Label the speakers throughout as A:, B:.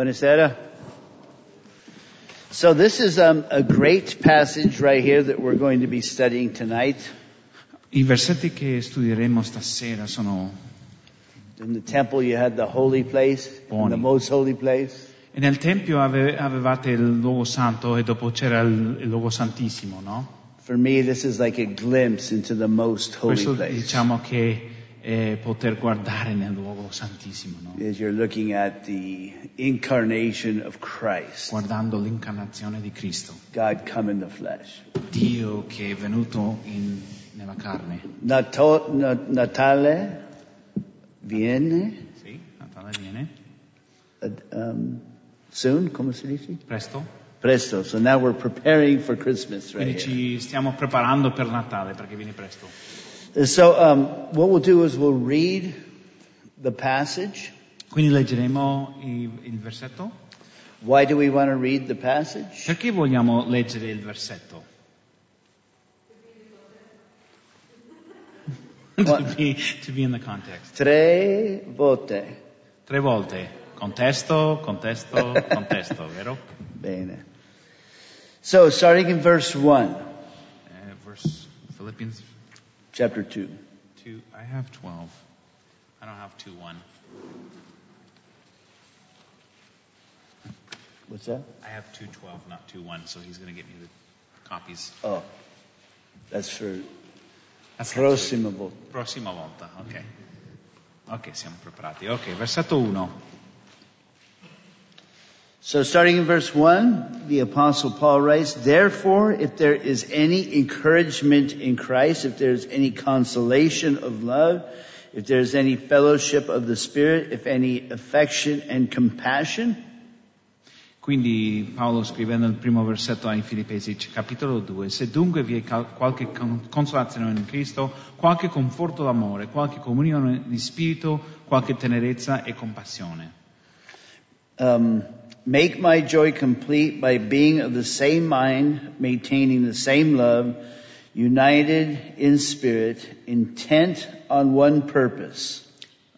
A: Buonasera. So this is um, a great passage right here that we're going to be studying tonight
B: I versetti che studieremo stasera sono
A: In the temple, you had the holy place, and the
B: Buoni.
A: most holy place.
B: E nel Tempio ave- avevate il luogo santo e dopo c'era il, il luogo santissimo, no?
A: For me, this is like a glimpse into the most holy
B: Questo
A: place.
B: diciamo che è poter guardare nel luogo santissimo, no?
A: As you're looking at the incarnation of Christ,
B: Guardando l'incarnazione di Cristo,
A: God come in the flesh.
B: Dio che è venuto in- nella carne.
A: Nato, na- Natale viene
B: Sì, Natale viene.
A: uh, um, soon, come si dice?
B: Presto?
A: Presto. So now we're preparing for Christmas right
B: Quindi
A: here.
B: ci stiamo preparando per Natale perché viene presto.
A: And So um, what we'll do is we'll read the passage.
B: Quindi leggeremo i- il versetto.
A: Why do we want to read the passage?
B: Perché vogliamo leggere il versetto? to, be, to be in the context.
A: Tre volte.
B: Tre volte. Contesto, contesto, contesto, vero?
A: Bene. So, starting in verse 1,
B: Eh, verse Philippians
A: chapter 2.
B: 2. I have 12. I don't have 2 1.
A: What's that?
B: I have 2 12, not 2 1, so he's going to get me the copies.
A: Oh, that's for
B: That's
A: prossima volta.
B: Prossima volta, ok. Ok, siamo preparati. Ok, versetto 1.
A: So, starting in verse 1, the apostle Paul writes, Therefore, if there is any encouragement in Christ, if there is any consolation of love, if there is any fellowship of the Spirit, if any affection and compassion,
B: Quindi Paolo scrive nel primo versetto ai Filippesi, c- capitolo 2, se dunque vi è cal- qualche con- consolazione in Cristo, qualche conforto d'amore, qualche comunione di spirito, qualche tenerezza e compassione.
A: um, make my joy complete by being of the same mind, maintaining the same love, united in spirit, intent on one purpose.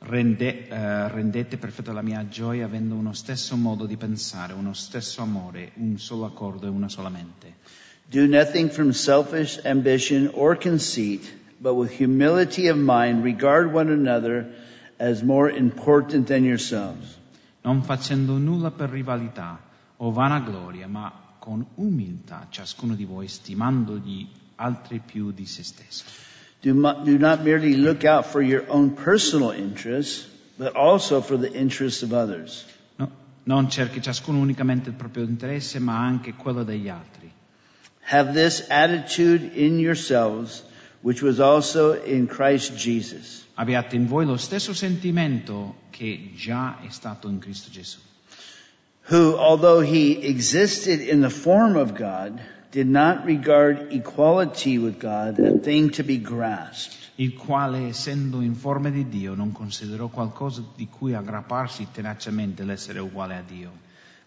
B: Rende- eh, rendete perfetta la mia gioia avendo uno stesso modo di pensare, uno stesso amore, un solo accordo e una sola mente.
A: Do nothing from selfish ambition or conceit, but with humility of mind regard one another as more important than yourselves.
B: non facendo nulla per rivalità o vanagloria, ma con umiltà ciascuno di voi stimandogli altri più di se stesso.
A: Do, mo- do not merely look out for your own personal interests, but also for the interests of others.
B: No- non cerchi ciascuno unicamente il proprio interesse, ma anche quello degli altri.
A: Have this attitude in yourselves, which was also in Christ Jesus,
B: Abbiate in voi lo stesso sentimento che già è stato in Cristo Gesù,
A: who, although he existed in the form of God, did not regard equality with God a thing to be grasped.
B: il quale, essendo in forma di Dio, non considerò qualcosa di cui aggrapparsi tenacemente l'essere uguale a Dio.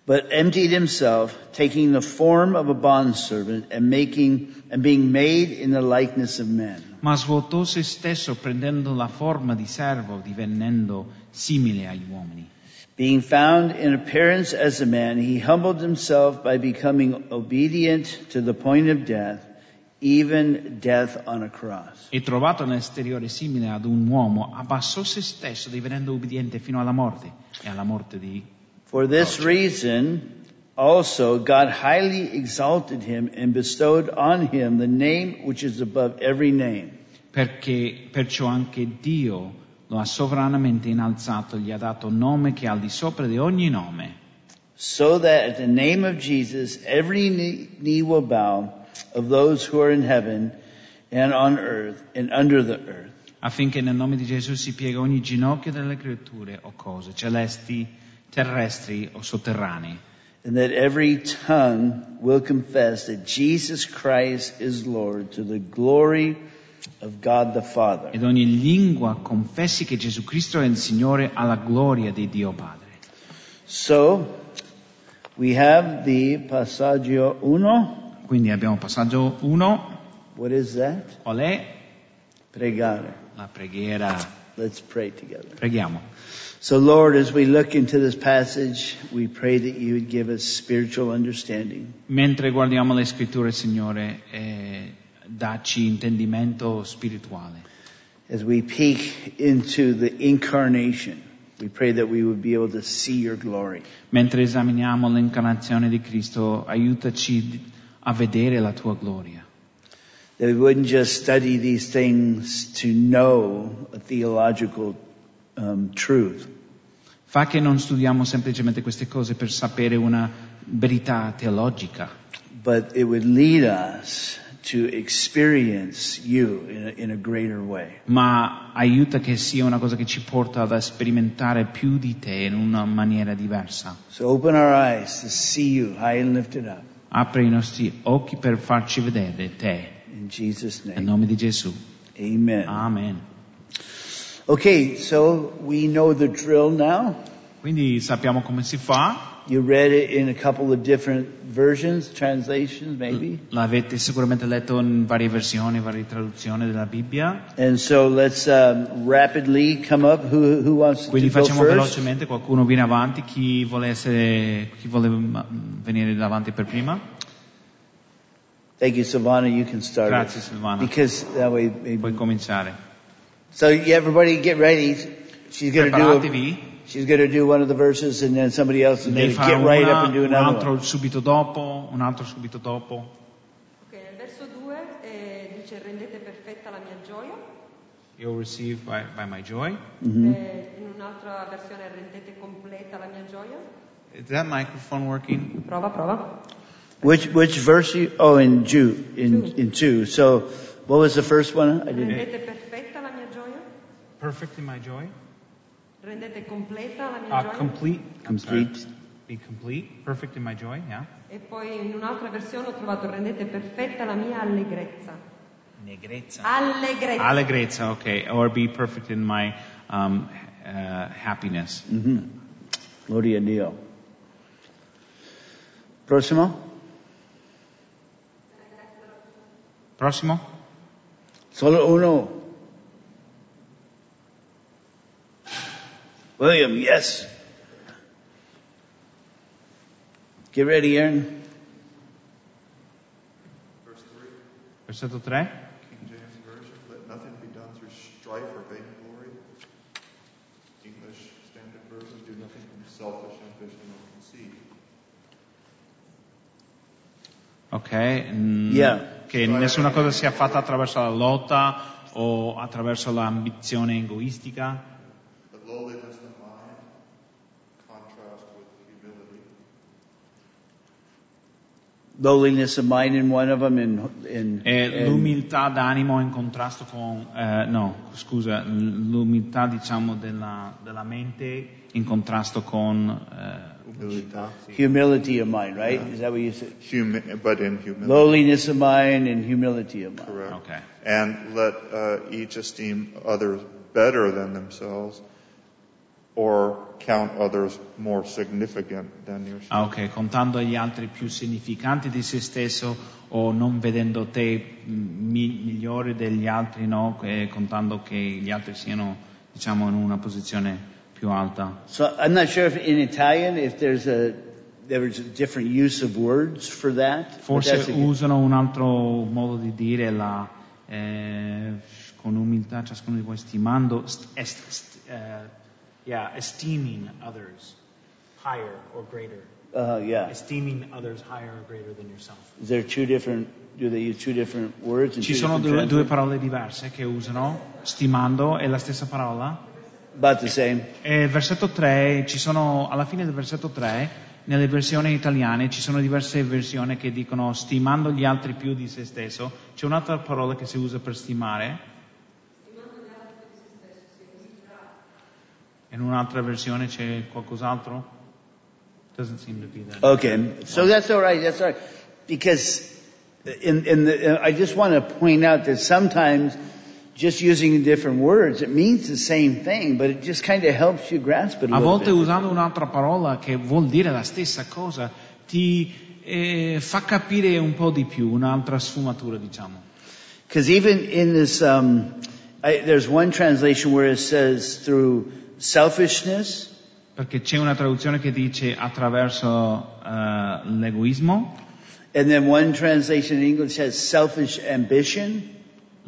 A: but emptied himself, taking the form of a bondservant and making and being made in the likeness of men.
B: ma svuotò se stesso prendendo la forma di servo, divenendo simile agli uomini.
A: Being found in appearance as a man, he humbled himself by becoming obedient to the point of death, even death on a cross.
B: E trovato nell'esteriore simile ad un uomo, abbassò se stesso, divenendo ubbidiente fino alla morte e alla morte di
A: For this reason, also God highly exalted him and bestowed on him the name which is above every name.
B: perché perciò anche Dio lo ha sovranamente innalzato, gli ha dato nome che è al di sopra di ogni nome,
A: so that at the name of Jesus every knee knee will bow of those who are in heaven and on earth and under the earth,
B: affinché nel nome di Gesù si piega ogni ginocchio delle creature o cose celesti, terrestri o sotterranei.
A: and that every tongue will confess that Jesus Christ is Lord to the glory of God the Father.
B: ed ogni lingua confessi che Gesù Cristo è il Signore alla gloria di Dio Padre.
A: So we have the Passaggio Uno.
B: Quindi abbiamo passaggio 1,
A: What is that?
B: qual è
A: Pregare.
B: la preghiera?
A: Let's pray together.
B: Preghiamo.
A: So, Lord, as we look into this passage, we pray that you would give us spiritual understanding.
B: Mentre guardiamo le scritture, Signore, eh, dacci intendimento spirituale.
A: As we peek into the incarnation, we pray that we would be able to see your glory.
B: Mentre esaminiamo l'incarnazione di Cristo, aiutaci a vedere la tua gloria.
A: That we wouldn't just study these things to know a theological um, truth,
B: Fa che non studiamo semplicemente queste cose per sapere una verità teologica,
A: but it would lead us to experience you in a, in a greater way.
B: ma aiuta che sia una cosa che ci porta ad sperimentare più di te in una maniera diversa.
A: So open our eyes to see you high and lifted up.
B: Apri i nostri occhi per farci vedere te.
A: In Jesus'
B: Nel
A: name.
B: nome di Gesù.
A: Amen.
B: Amen.
A: Okay, so we know the drill now.
B: Quindi sappiamo come si fa.
A: You read it in a couple of different versions, translations maybe.
B: Mm-hmm. L'avete sicuramente letto in varie versioni, varie traduzioni della Bibbia.
A: And so let's um, rapidly come up. Who, who wants to
B: Quindi
A: go
B: facciamo
A: first?
B: velocemente, qualcuno viene avanti, chi vuole, essere, chi vuole mm, venire davanti per prima.
A: Thank you, Silvana. You can start. it.
B: Grazie Silvana,
A: Because that way, maybe.
B: puoi cominciare.
A: So you, everybody get ready. She's going to do. A,
B: Preparatevi,
A: she's going to do one of the verses, and then somebody else is
B: lei
A: going to
B: fa
A: get right
B: una,
A: up and do
B: un
A: another
B: altro
A: one.
B: subito dopo, un altro subito dopo.
C: Ok, nel verso 2 eh, dice rendete perfetta la mia gioia,
B: You'll receive by, by my joy.
C: eh, in un'altra versione rendete completa la mia gioia.
B: Is that microphone working?
C: Prova, prova.
A: Which which verse? You, oh, in Jew, in in two. So, what was the first one? I didn't.
C: Rendete perfetta la mia gioia,
B: Perfect in my joy?
C: rendete completa la mia
B: Uh,
C: gioia.
B: complete. I'm sorry.
A: Complete.
B: Be complete. Perfect in my joy, yeah.
C: E poi in un'altra versione ho trovato rendete perfetta la mia allegrezza.
B: Negrezza.
C: Allegrezza.
B: Allegrezza, okay. Or be perfect in my um, uh, happiness.
A: Mm-hmm. Gloria a Dios. Próximo.
B: Prossimo?
A: Solo uno. William, yes. Get ready, Aaron.
B: Versetto 3.
D: King James Version, let nothing be done through strife or vainglory. English Standard Version, do nothing from selfish ambition or conceit.
B: Ok. mm,
A: Yeah.
B: Che nessuna cosa sia fatta attraverso la lotta o attraverso l'ambizione egoistica,
D: But lowliness of mind, contrast with humility.
A: Lowliness of mind in one of them, and in,
B: e l'umiltà d'animo in contrasto con, eh, no, scusa, l- l'umiltà diciamo della, della mente in contrasto con eh,
A: humility of mind, right? Is that what you said?
D: Humi- but in humility.
A: Lowliness of mind and humility of mind.
D: Correct.
B: Okay.
D: And let uh, each esteem others better than themselves or count others more significant than yourself.
B: Ah ok, contando gli altri più significanti di se stesso o non vedendo te mh, mi- migliore degli altri, no? Eh, contando che gli altri siano diciamo in una posizione più alta.
A: So I'm not sure if in Italian if there's a there's a different use of words for that. but that's
B: Forse
A: a good-
B: usano un altro modo di dire la, eh, con umiltà ciascuno di voi stimando, st- est- st- eh, yeah, esteeming others higher or greater,
A: Uh, yeah.
B: esteeming others higher or greater than yourself.
A: Is there two different? Do they use two different words? and
B: Ci
A: two
B: sono due,
A: different
B: due
A: translations?
B: parole diverse che usano, stimando è la stessa parola.
A: About the same.
B: E il versetto 3, ci sono, alla fine del versetto 3, nelle versioni italiane ci sono diverse versioni che dicono stimando gli altri più di se stesso. C'è un'altra parola che si usa per stimare. In un'altra versione c'è qualcos'altro? Doesn't seem to be that.
A: Okay, so that's all right. That's all right. Because in, in the, uh, I just want to point out that sometimes just using different words, it means the same thing, but it just kind of helps you grasp it a
B: A
A: little
B: volte
A: bit.
B: usando un'altra parola che vuol dire la stessa cosa ti eh, fa capire un po' di più, un'altra sfumatura diciamo.
A: Because even in this um, I, there's one translation where it says through selfishness,
B: Perché c'è una traduzione che dice attraverso eh, l'egoismo,
A: and then one translation in English has selfish ambition,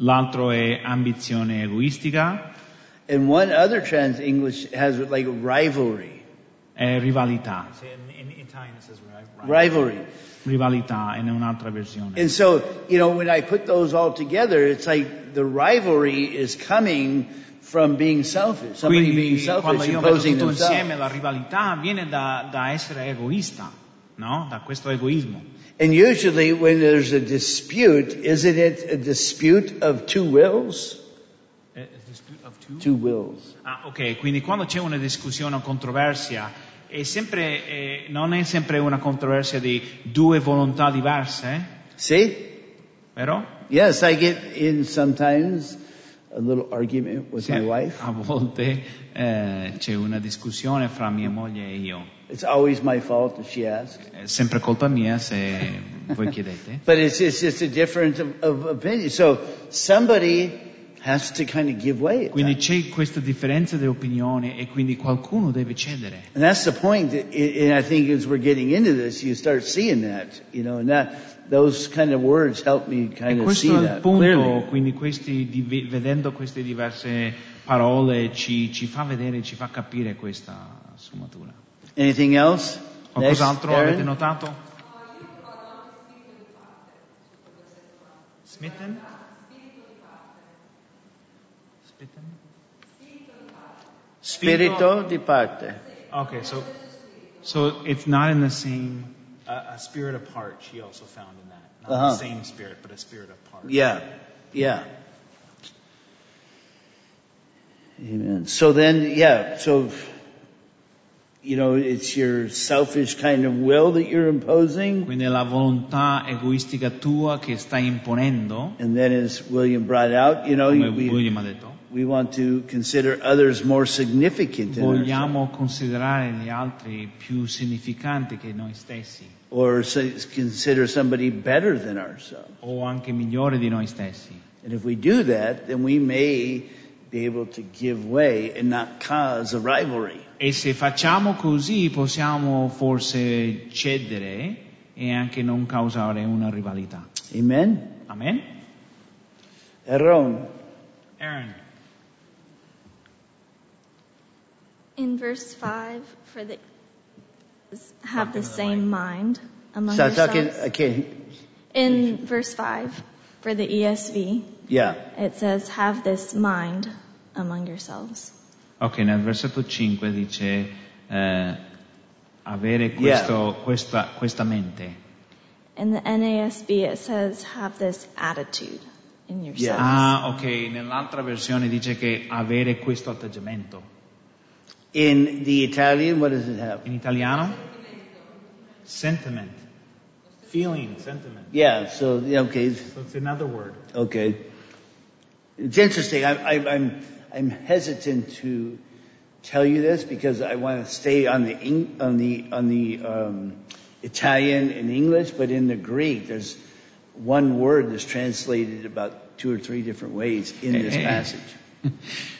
B: l'altro è ambizione egoistica
A: and one other trans English has like rivalry,
B: e rivalità. Sì, In, in Italian it says rivalry.
A: rivalry.
B: Rivalità è un'altra versione.
A: And so, you know, when I put those all together, it's like the rivalry is coming from being selfish, somebody being
B: Quindi quando
A: selfish,
B: io metto
A: imposing
B: tutto
A: themselves.
B: insieme la rivalità viene da, da essere egoista, no? Da questo egoismo.
A: And usually when there's a dispute, isn't it a dispute of two wills?
B: Eh,
A: Two wills.
B: Ah, ok, quindi quando c'è una discussione o controversia, è sempre, eh, non è sempre una controversia di due volontà diverse, eh?
A: See?
B: vero?
A: Yes, I get in sometimes a little argument with
B: Sì,
A: my wife.
B: a volte eh, c'è una discussione fra mia moglie e io.
A: It's always my fault if she asks.
B: È sempre colpa mia se voi chiedete.
A: But it's, it's just a difference of, of opinion. So somebody has to kind of give way. at
B: Quindi c'è questa differenza di opinioni e quindi qualcuno deve cedere.
A: And that's the point, that- and I think as we're getting into this, you start seeing that, you know, and that, those kind of words help me
B: E
A: kind of see
B: questo è il
A: that
B: punto,
A: clearly.
B: quindi questi div- vedendo queste diverse parole ci, ci fa vedere, ci fa capire questa sfumatura.
A: Anything else? Next,
B: Qualcos'altro
A: Aaron?
B: avete notato? Smitten? Smitten?
A: Spirito di parte.
B: Okay, so so it's not in the same. Uh, a spirit apart, she also found in that. Not
A: Uh-huh.
B: the same spirit, but a spirit apart.
A: Yeah, yeah. Amen. So then, yeah, so, you know, it's your selfish kind of will that you're imposing.
B: Quindi è la volontà egoistica tua che stai imponendo,
A: And then as William brought out, you know,
B: come
A: we,
B: William ha detto.
A: we want to consider others more significant than ourselves.
B: Vogliamo considerare gli altri più significanti che noi stessi,
A: or so- consider somebody better than ourselves.
B: o anche migliori di noi stessi.
A: And if we do that, then we may be able to give way and not cause a rivalry.
B: E se facciamo così possiamo forse cedere e anche non causare una rivalità.
A: Amen?
B: Amen?
A: Aaron.
B: Aaron.
E: In verse 5, for the have the same mind among
A: So I can't,
E: yourselves.
A: I can't,
E: In verse 5, for the ESV,
A: yeah.
E: it says, have this mind among yourselves.
B: Ok, nel versetto 5 dice eh, avere questo- questa, questa mente.
E: In the NASB, it says, have this attitude in yourselves.
B: Ah, ok, nell'altra versione dice che avere questo atteggiamento.
A: In the Italian, what does it have?
B: In italiano? Sentiment. Feeling, sentiment.
A: Yeah, so, yeah, okay,
B: So it's another word.
A: okay. It's interesting. I, I, I'm, I'm hesitant to tell you this because I want to stay on the, Eng- on the, on the um, Italian and English, but in the Greek, there's one word that's translated about two or three different ways in this
B: Eh, eh.
A: passage.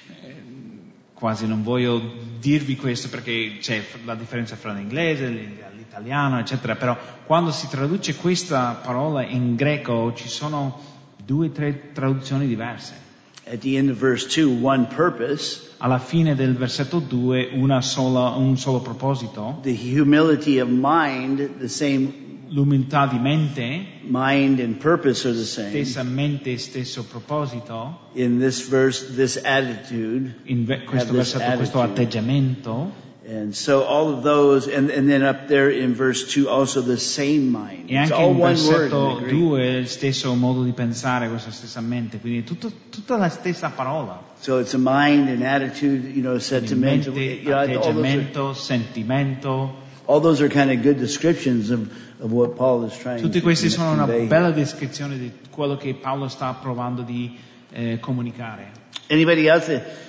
B: Quasi non voglio dirvi questo perché c'è la differenza fra l'inglese, l- l'italiano, eccetera, però quando si traduce questa parola in greco ci sono due o tre traduzioni diverse.
A: At the end of verse 2, one purpose,
B: Alla fine del versetto 2 una sola- un solo proposito,
A: the humility of mind, the same
B: l'umiltà di mente,
A: mind and purpose are the same.
B: stessa mente, stesso proposito,
A: in this verse this attitude
B: in ve- questo
A: Have this
B: versetto, questo
A: attitude.
B: atteggiamento
A: and so all of those and, and then up there in verse 2 also the same mind
B: e
A: it's
B: anche
A: all
B: in
A: one word in
B: versetto
A: the Greek.
B: 2 stesso modo di pensare, questa stessa mente, quindi è tutto- tutta la stessa parola.
A: so it's a mind and attitude you know
B: Quindi
A: sentiment
B: Mente,
A: you know, all, those are,
B: atteggiamento, sentimento,
A: all those are kind of good descriptions of, of what Paul is trying
B: tutti
A: to
B: questi sono una
A: convey.
B: bella descrizione di quello che Paolo sta provando di eh, comunicare.
A: anybody else that got,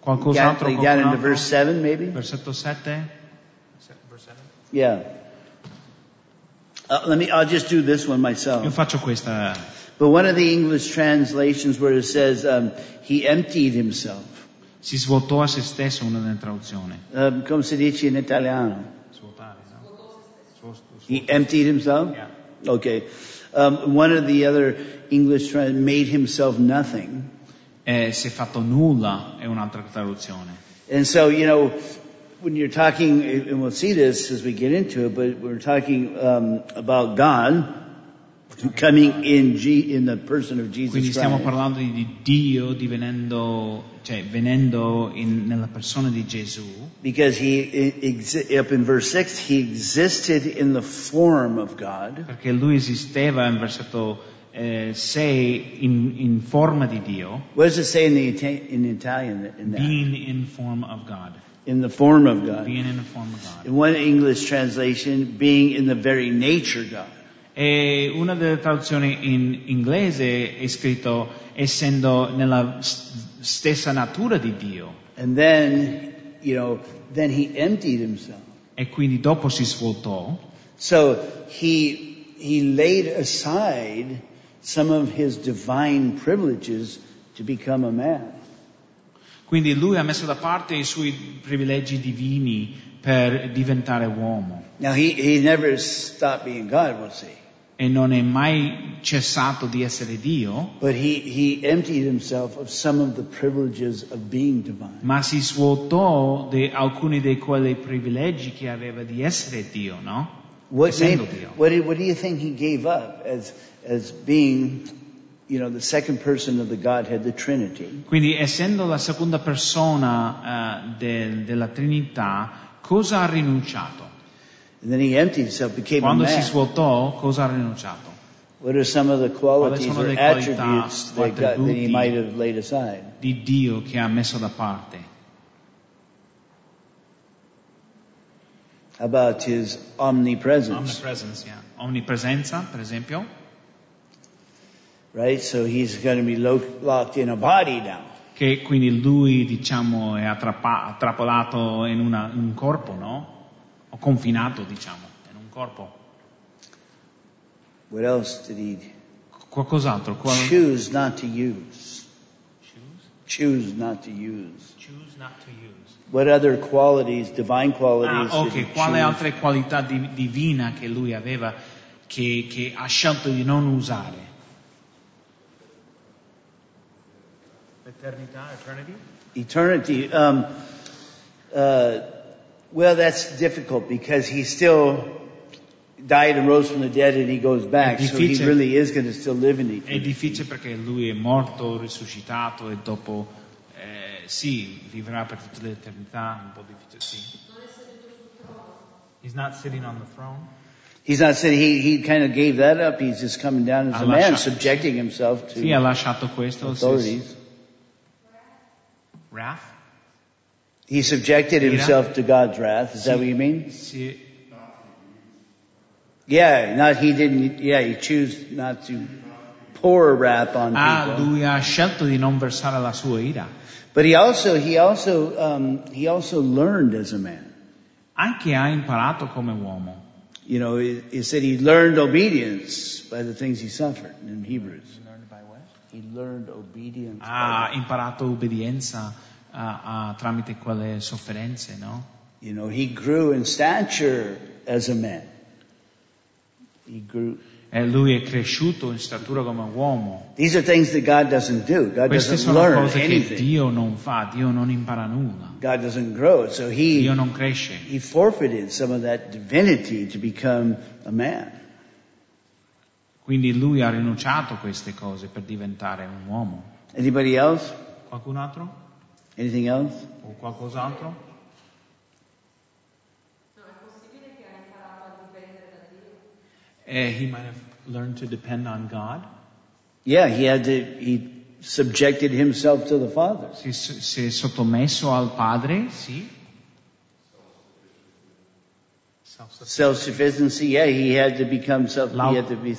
B: Qualcos'altro?
A: they got
B: qualcun
A: into
B: altro?
A: verse 7 maybe
B: Versetto 7?
A: yeah uh, let me I'll just do this one
B: Io
A: myself
B: faccio questa.
A: But one of the English translations where it says um, he emptied himself
B: Si svuotò a se stesso, una nella traduzione.
A: Um, come si dice in italiano?
B: Svuotare, no? Svuotò-
A: He emptied himself?
B: Yeah.
A: Okay. Um, one of the other English trans- made himself nothing.
B: Eh, si è fatto nulla è un'altra traduzione.
A: And so, you know, when you're talking, and we'll see this as we get into it, but we're talking um, about God coming in G- in the person of
B: Quindi
A: Jesus
B: stiamo
A: Christ.
B: parlando di- di Dio divenendo, cioè venendo in- nella persona di Gesù,
A: Because he, exi- up in verse 6, he existed in the form of God.
B: perché lui esisteva in versetto eh, 6 in, in forma di Dio,
A: What does it say in, the, Ita- in Italian in that?
B: being in form of God.
A: In the form of God.
B: Being in the form of God.
A: In one English translation, being in the very nature God.
B: E una delle traduzioni in inglese è scritto essendo nella s- stessa natura di Dio
A: And then, you know, then he emptied himself.
B: e quindi dopo si svuotò
A: So he, he laid aside some of his divine privileges to become a man.
B: Quindi lui ha messo da parte i suoi privilegi divini per diventare uomo
A: Now he, he never stopped being God, we'll see.
B: e non è mai cessato di essere Dio,
A: But he, he emptied himself of some of the privileges of being divine.
B: ma si svuotò di alcuni di quei privilegi che aveva di essere Dio, no?
A: What, made,
B: Essendo Dio.
A: what, do- what do you think he gave up as, as being, you know, the second person of the Godhead, the Trinity?
B: Quindi essendo la seconda persona eh, del- della Trinità, cosa ha rinunciato?
A: And then he emptied himself, became a
B: Quando si
A: man.
B: svuotò, cosa ha rinunciato?
A: What are some of the qualities
B: sono
A: or
B: le qualità
A: attributes
B: o
A: that, God, that he
B: attributi?
A: might have laid aside?
B: Di Dio che ha messo da parte.
A: How about his omnipresence?
B: Omnipresence, yeah. Omnipresenza, per esempio.
A: Right? So he's going to be lo- locked in a body now.
B: che quindi lui diciamo è attrappa- attrappolato in, una- in un corpo, no? O confinato diciamo, in un corpo.
A: What else did he
B: Qualcos'altro? Qual-
A: choose not to use? Choose not to use. What other qualities, divine qualities?
B: Ah,
A: did he
B: ok, quale
A: choose?
B: altre qualità di- divina che lui aveva che, che ha scelto di non usare? Eternità, eternity?
A: eternity. Um, uh, well, that's difficult because he still died and rose from the dead and he goes back. So he
B: Difficile.
A: really is going to still live in
B: È
A: eternity.
B: difficile perché lui è morto, risuscitato e dopo, eh, sì, vivrà per tutta l'eternità, un po' difficile, sì. He's not sitting on the throne.
A: He's not saying he, he kind of gave that up. He's just coming down as a
B: Allah
A: man,
B: shall-
A: subjecting himself
B: Sì, ha
A: to
B: lasciato questo. sì,
A: authorities.
B: sì. Wrath?
A: He subjected
B: Ira.
A: himself to God's wrath. Is that what you mean?
B: Sì,
A: Yeah, not he didn't, yeah, he chose not to pour wrath on
B: Ah,
A: people.
B: lui ha scelto di non versare la sua ira.
A: But he also, he also, um, he also learned as a man.
B: Anche ha imparato come uomo.
A: You know, he, he said he learned obedience by the things he suffered in Hebrews. Ah. He learned obedience.
B: Ha
A: by
B: imparato obbedienza ah, ah, tramite quelle sofferenze, no?
A: the- you know, he grew in stature as a man. He grew.
B: E lui è cresciuto in statura come uomo.
A: These are things that God doesn't do. God
B: Queste
A: doesn't
B: sono
A: learn
B: cose che
A: anything.
B: Dio non fa, Dio non impara nulla,
A: God doesn't grow. So
B: Dio
A: he,
B: non cresce.
A: he forfeited some of that divinity to become a man.
B: Quindi lui ha rinunciato a queste cose per diventare un uomo.
A: Anybody else?
B: Qualcun altro?
A: Anything else?
B: O qualcos'altro? Eh, he might have learned to depend on God.
A: Yeah, he had to, he subjected himself to the Father.
B: Si, si è sottomesso al Padre, sì.
A: Self-sufficiency, yeah, he had to become self,
B: Lau-
A: he had to be,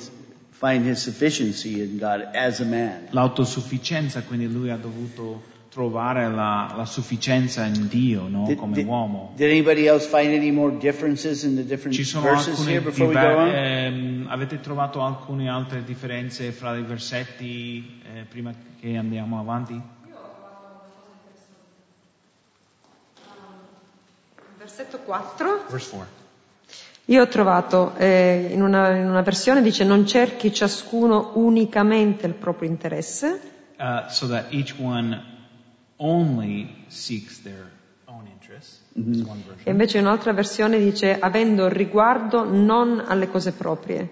A: find his sufficiency in God as a man.
B: L'autosufficienza, quindi lui ha dovuto trovare la, la sufficienza in Dio, no?
A: Did,
B: come
A: did-
B: uomo.
A: did anybody else find any more differences in the different
B: Ci sono
A: verses
B: alcune
A: here before we
B: diver-
A: go on?
B: ehm, avete trovato alcune altre differenze fra i versetti eh, prima che andiamo avanti?
C: Versetto 4.
B: Verse 4.
C: Io ho trovato eh, in, una, in una versione dice non cerchi ciascuno unicamente il proprio interesse,
B: Uh, so that each one only seeks their own interests.
A: Mm-hmm.
B: That's one version.
C: e invece in un'altra versione dice avendo riguardo non alle cose proprie.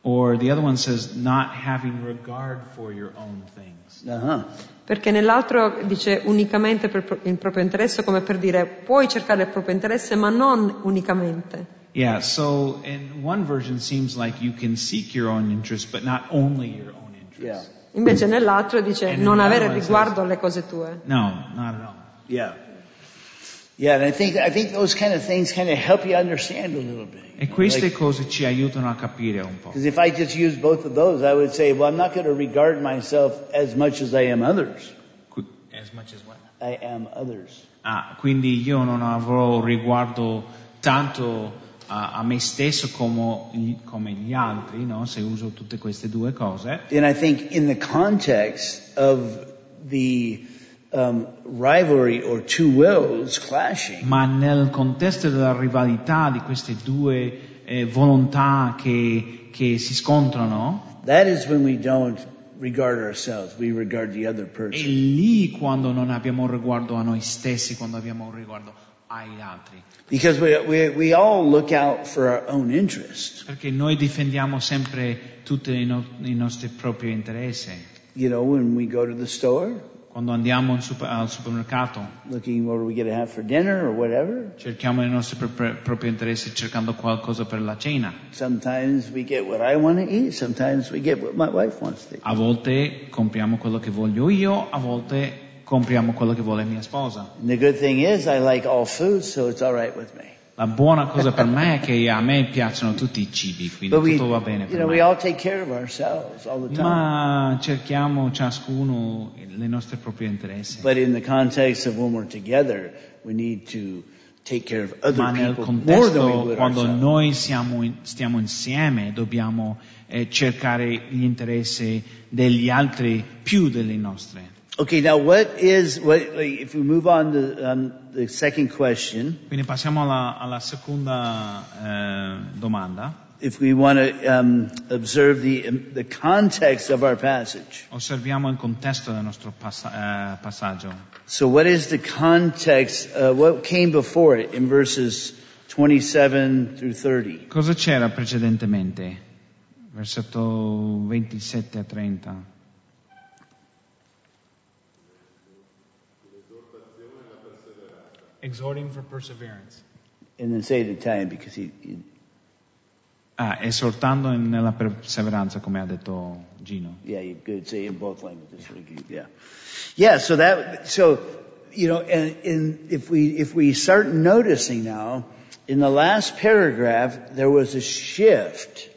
B: Or the other one says not having regard for your own things.
A: Uh-huh.
C: Perché nell'altro dice unicamente per pro- il proprio interesse, come per dire puoi cercare il proprio interesse ma non unicamente.
B: Yeah, so in one version seems like you can seek your own interests, but not only your own
A: Yeah.
B: interests.
C: Invece nell'altro dice
B: E
C: non
B: nell'altro
C: avere
B: nel
C: riguardo
B: senso-
C: alle cose tue.
B: No, not at all.
A: Yeah. Yeah, and I think I think those kind of things kind of help you understand a little bit.
B: E queste cose ci aiutano a capire un po'.
A: Because if I just use both of those, I would say, well, I'm not going to regard myself as much as I am others.
B: Cu- As much as what?
A: I am others.
B: Ah, quindi io non avrò riguardo tanto a, a me stesso come gli, come gli altri, no? Se uso tutte queste due cose.
A: And I think in the context of the um, rivalry or two wills clashing,
B: Ma nel contesto della rivalità di queste due eh, volontà che, che si scontrano,
A: that is when we don't regard ourselves. We regard the other
B: è
A: person.
B: lì quando non abbiamo riguardo a noi stessi, quando abbiamo riguardo agli altri.
A: Because we, we, we all look out for our own interest.
B: Perché noi difendiamo sempre tutti i, no- i nostri propri interessi.
A: You know, when we go to the store,
B: Quando andiamo in super- al supermercato
A: looking what are we going to have for dinner or whatever,
B: cerchiamo i nostri pro- propri interessi cercando qualcosa per la cena.
A: sometimes we get what I want to eat, sometimes we get what my wife wants to eat.
B: A volte compriamo quello che voglio io, a volte compriamo quello che vuole mia sposa.
A: And the good thing is I like all food, so it's all right with me.
B: La buona cosa per me è che a me piacciono tutti i cibi, quindi
A: But we,
B: tutto va bene
A: you
B: per
A: know, we
B: me.
A: all take care of ourselves all the time.
B: Ma cerchiamo ciascuno le nostre proprie interessi.
A: But in the context of when we're together, we need to take care of other
B: Ma nel
A: people more than we
B: contesto,
A: would
B: quando
A: ourselves.
B: noi siamo in- stiamo insieme, dobbiamo eh, cercare gli interessi degli altri più delle nostre.
A: Okay, now what is what? Like, if we move on to um, the second question,
B: Quindi passiamo alla, alla seconda eh, domanda.
A: if we want to um, observe the um, the context of our passage.
B: Osserviamo il contesto del nostro passa- eh, passaggio.
A: So what is the context, uh, what came before it in verses 27 through 30?
B: Cosa c'era precedentemente? Versetto 27 a 30. Exhorting for perseverance.
A: And then say it in Italian because he, he-
B: Ah, esortando in- nella perseveranza, come ha detto Gino.
A: yeah, you could say it in both languages. Yeah. Yeah, so that, so, you know, and, and if we, if we start noticing now, in the last paragraph, there was a shift.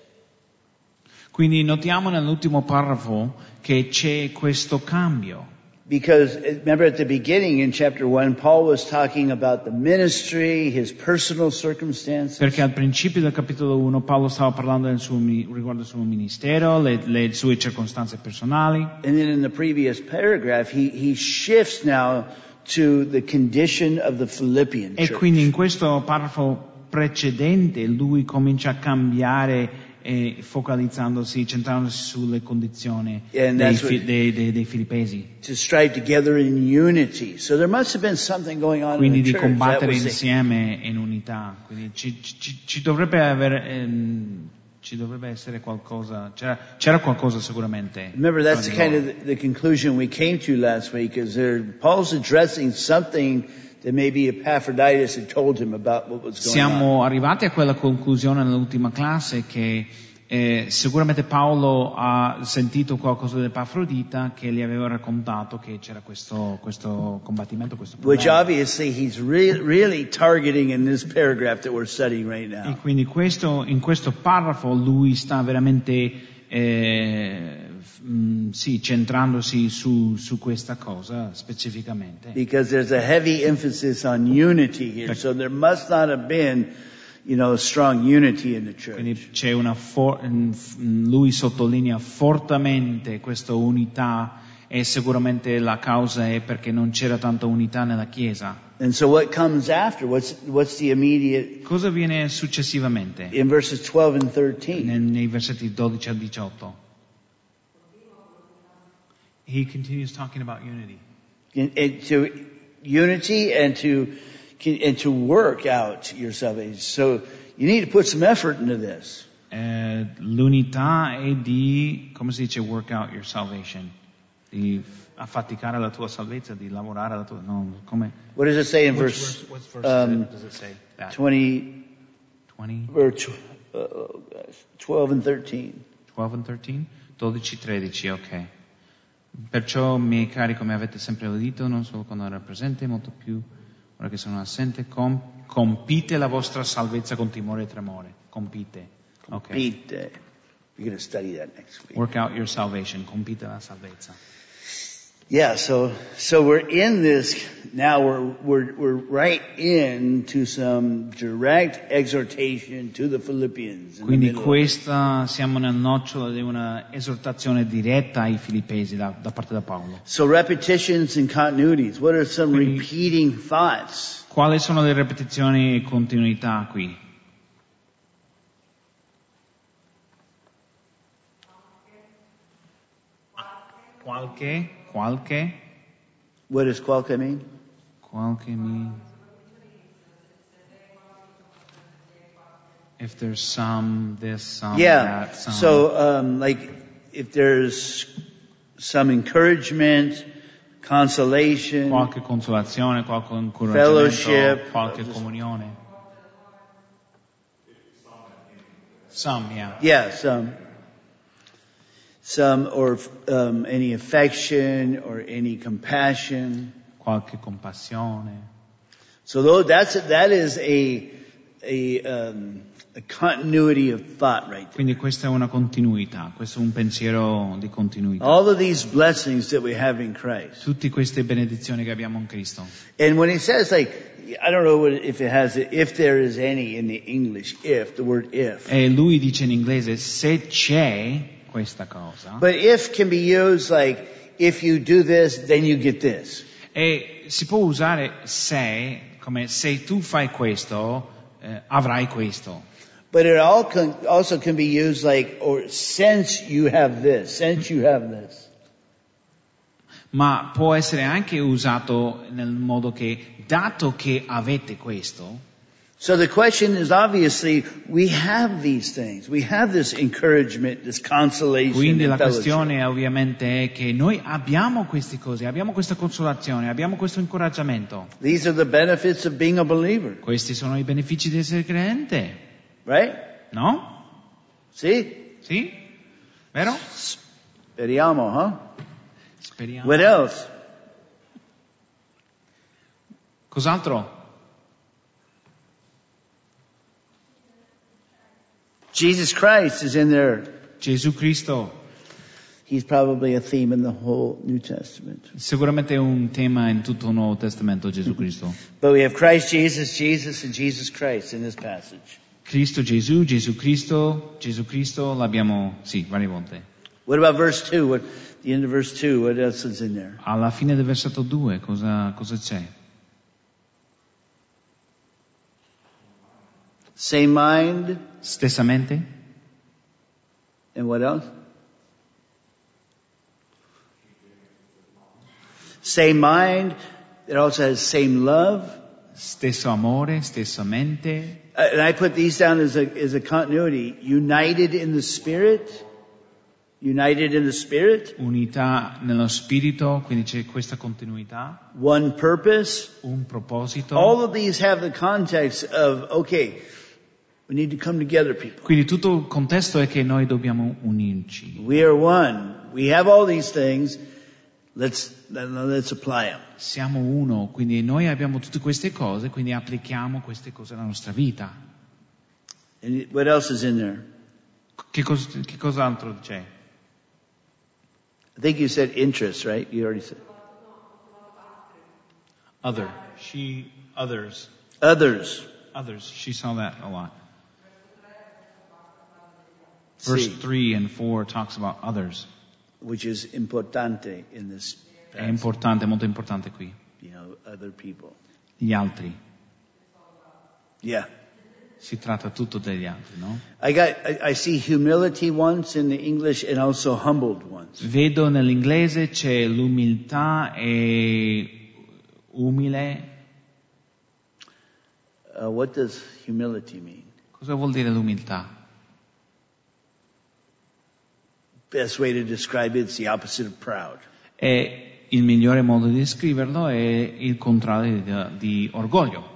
B: Quindi notiamo nell'ultimo paragrafo che c'è questo cambio.
A: Because eh, remember at the beginning in chapter one, Paul was talking about the ministry, his personal circumstances.
B: Perché al principio del capitolo 1 Paolo stava parlando del suo mi- riguardo al suo ministero, le, le sue circostanze personali.
A: And then in the previous paragraph, he, he shifts now to the condition of the Philippian
B: E
A: church.
B: quindi in questo paragrafo precedente lui comincia a cambiare eh, focalizzandosi, centrandosi sulle condizioni
A: And
B: dei,
A: that's
B: fi-
A: what-
B: dei- dei- dei filippesi.
A: to strive together in unity. So there must have been something going on
B: Quindi
A: in the
B: di
A: church. That
B: combattere
A: was the-
B: insieme in unità. Quindi ci, ci- ci dovrebbe aver, ehm, ci dovrebbe essere qualcosa, c'era, c'era qualcosa sicuramente.
A: remember, that's the
B: tra di
A: kind
B: loro.
A: of the, the conclusion we came to last week. Is there Paul's addressing something that maybe Epaphroditus had told him about what was going on.
B: Siamo arrivati a quella conclusione nell'ultima classe che eh, sicuramente Paolo ha sentito qualcosa di Epafrodita che gli aveva raccontato che c'era questo, questo combattimento, questo
A: Which
B: problema.
A: obviously he's re- really targeting in this paragraph that we're studying right
B: E
A: now.
B: quindi questo- in questo paragrafo lui sta veramente eh, mm, sì, centrandosi su, su questa cosa specificamente.
A: because there's a heavy emphasis on unity here. So there must not have been, you know, strong unity in the church.
B: Quindi c'è una for- mm, f- mm, lui sottolinea fortemente questa unità e sicuramente la causa è perché non c'era tanta unità nella Chiesa.
A: And so what comes after? What's, what's the immediate,
B: Cosa avviene successivamente
A: in verses 12 and 13?
B: nel- nei versetti 12 a 18? He continues talking about unity.
A: And, and to unity and to, and to work out your salvation. So you need to put some effort into this.
B: Eh, l'unità è di, come si dice, work out your salvation, di affaticare la tua salvezza, di lavorare la tua... No, come...
A: What does it say in
B: Which
A: verse,
B: verse- what verse
A: um,
B: does it say? That?
A: 20,
B: 20,
A: or tw- uh, oh gosh, 12 and 13?
B: 12 and 13? 12, 13, ok. Perciò, miei cari, come avete sempre udito, non solo quando ero presente, molto più ora che sono assente, com- compite la vostra salvezza con timore e tremore. Compite. Ok.
A: Beat that. We're going to study that next week.
B: Work out your salvation. Compite la salvezza.
A: Yeah, so so we're in this now. We're we're we're right into some direct exhortation to the Philippians. in the
B: Quindi
A: middle of it.
B: questa, siamo nel nocciolo di una esortazione diretta ai filippesi da, da parte da Paolo.
A: So repetitions and continuities. What are some
B: Quindi-
A: repeating thoughts?
B: Quali sono le ripetizioni e continuità qui? Qualche, qualche,
A: What does qualche mean?
B: qualche mi... If there's some, this, some,
A: yeah.
B: Oh, that, some.
A: So um, like if there's some encouragement, consolation,
B: qualche consolazione, qualche incoraggiamento,
A: Fellowship. uh,
B: qualche comunione. Some, yeah.
A: yeah, some some or um, any affection or any compassion.
B: Qualche compassione.
A: So tho- that's that is a a, um, a continuity of thought right there.
B: Quindi questa è una continuità, questo è un pensiero di continuità.
A: All of these blessings that we have in Christ.
B: Tutte queste benedizioni che abbiamo in Cristo.
A: And when he says like, I don't know what, if it has, it, if there is any in the English, if, the word if.
B: E lui dice in inglese, se c'è questa cosa,
A: But if can be used like, if you do this, then you get this.
B: e si può usare se, come se tu fai questo, eh, avrai questo.
A: But it all can, also can be used like, or since you have this, since you have this.
B: ma può essere anche usato nel modo che, dato che avete questo,
A: So the question is obviously, we have these things. We have this encouragement, this consolation,
B: quindi la
A: and fellowship.
B: questione ovviamente è che noi abbiamo queste cose, abbiamo questa consolazione, abbiamo questo incoraggiamento.
A: These are the benefits of being a believer,
B: Questi sono i benefici di essere credente,
A: right?
B: no?
A: See?
B: Sì? Vero?
A: Speriamo, huh?
B: Speriamo.
A: What else?
B: Cos'altro?
A: Jesus Christ is in there.
B: Gesù Cristo.
A: He's probably a theme in the whole New Testament.
B: Sicuramente è un tema in tutto il Nuovo Testamento Gesù Cristo.
A: But we have Christ Jesus, Jesus, and Jesus Christ in this passage.
B: Cristo Gesù, Gesù Cristo, Gesù Cristo, l'abbiamo, sì, varie volte.
A: What about verse 2? What, the end of verse 2, what else is in there?
B: Alla fine del versetto 2 cosa, cosa c'è?
A: Same mind,
B: Stessa mente?
A: and what else? Same mind, it also has same love.
B: Stesso amore, stessa mente?
A: Uh, and I put these down as a, as a continuity. United in the Spirit. United in the Spirit.
B: Unità nello spirito, quindi c'è questa continuità,
A: One purpose.
B: un proposito.
A: All of these have the context of, okay, we need to come together, people.
B: Quindi tutto il contesto è che noi dobbiamo unirci.
A: We are one. We have all these things. Let's, let- let's apply them.
B: Siamo uno, quindi noi abbiamo tutte queste cose, quindi applichiamo queste cose alla nostra vita.
A: And what else is in there?
B: Che, cos- che cos'altro c'è?
A: I think you said interest, right? You already said.
B: Other. She, others.
A: Others.
B: Others. She saw that a lot. Verse
A: See.
B: 3 and 4 talks about others.
A: which is importante in this,
B: È importante, molto importante qui.
A: you know, other people.
B: Gli altri.
A: Yeah.
B: Si tratta tutto degli altri, no?
A: I got, I, I see humility once in the English and also humbled once.
B: Vedo nell'inglese c'è l'umiltà e umile.
A: Uh, what does humility mean?
B: Cosa vuol dire l'umiltà?
A: Best way to describe it is the opposite of proud.
B: E il migliore modo di descriverlo è il contrario di, di orgoglio.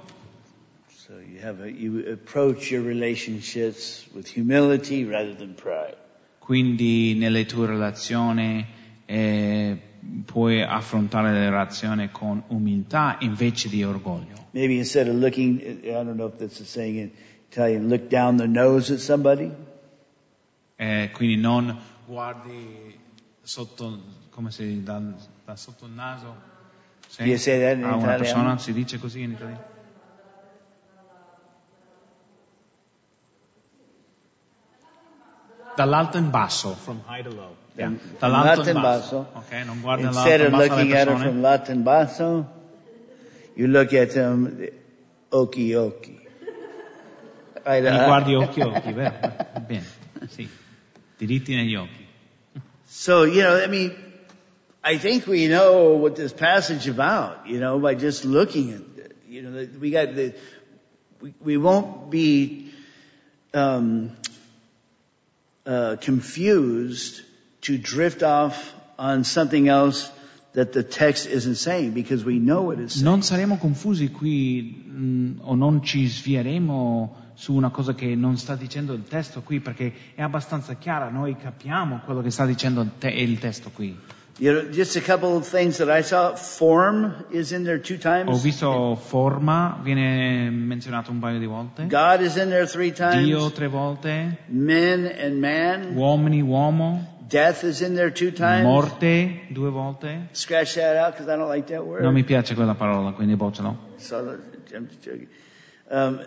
A: So you have a, you approach your relationships with humility rather than pride.
B: Quindi nelle tue relazioni eh, puoi affrontare le relazioni con umiltà invece di orgoglio.
A: Maybe instead of looking, I don't know if that's a saying in Italian, look down the nose at somebody.
B: Eh, quindi non guardi sotto, come si da, da sotto il naso sì,
A: Yes, say that in
B: a una
A: Italian.
B: persona, si dice così in italiano? Dall'alto in basso, from high to low. Yeah.
A: From-
B: Dall'alto
A: from
B: in basso.
A: basso.
B: Ok, non guardi
A: Instead
B: dall'alto
A: of
B: in basso alle
A: looking at her from
B: persone.
A: Latin basso, you look at them okie okie. Right,
B: Mi
A: uh,
B: guardi occhi occhi, vero? Bene, sì. Diritti negli occhi.
A: So, you know, I mean, I think we know what this passage about, you know, by just looking at, it. you know, that we got the, we, we won't be, um, uh, confused to drift off on something else that the text isn't saying because we know what it's saying.
B: Non saremo confusi qui mh, o non ci svieremo su una cosa che non sta dicendo il testo qui perché è abbastanza chiara, noi capiamo quello che sta dicendo il, te- il testo qui.
A: You know, just a couple of things that I saw. Form is in there two
B: Ho
A: times.
B: visto forma, viene menzionato un paio di volte,
A: God is in there three times.
B: Dio tre volte,
A: Men and man.
B: uomini, uomo,
A: Death is in there two times.
B: morte due volte.
A: Scratch that out because I don't like that word.
B: Non mi piace quella parola, quindi boccialo.
A: So, I'm just joking. Um,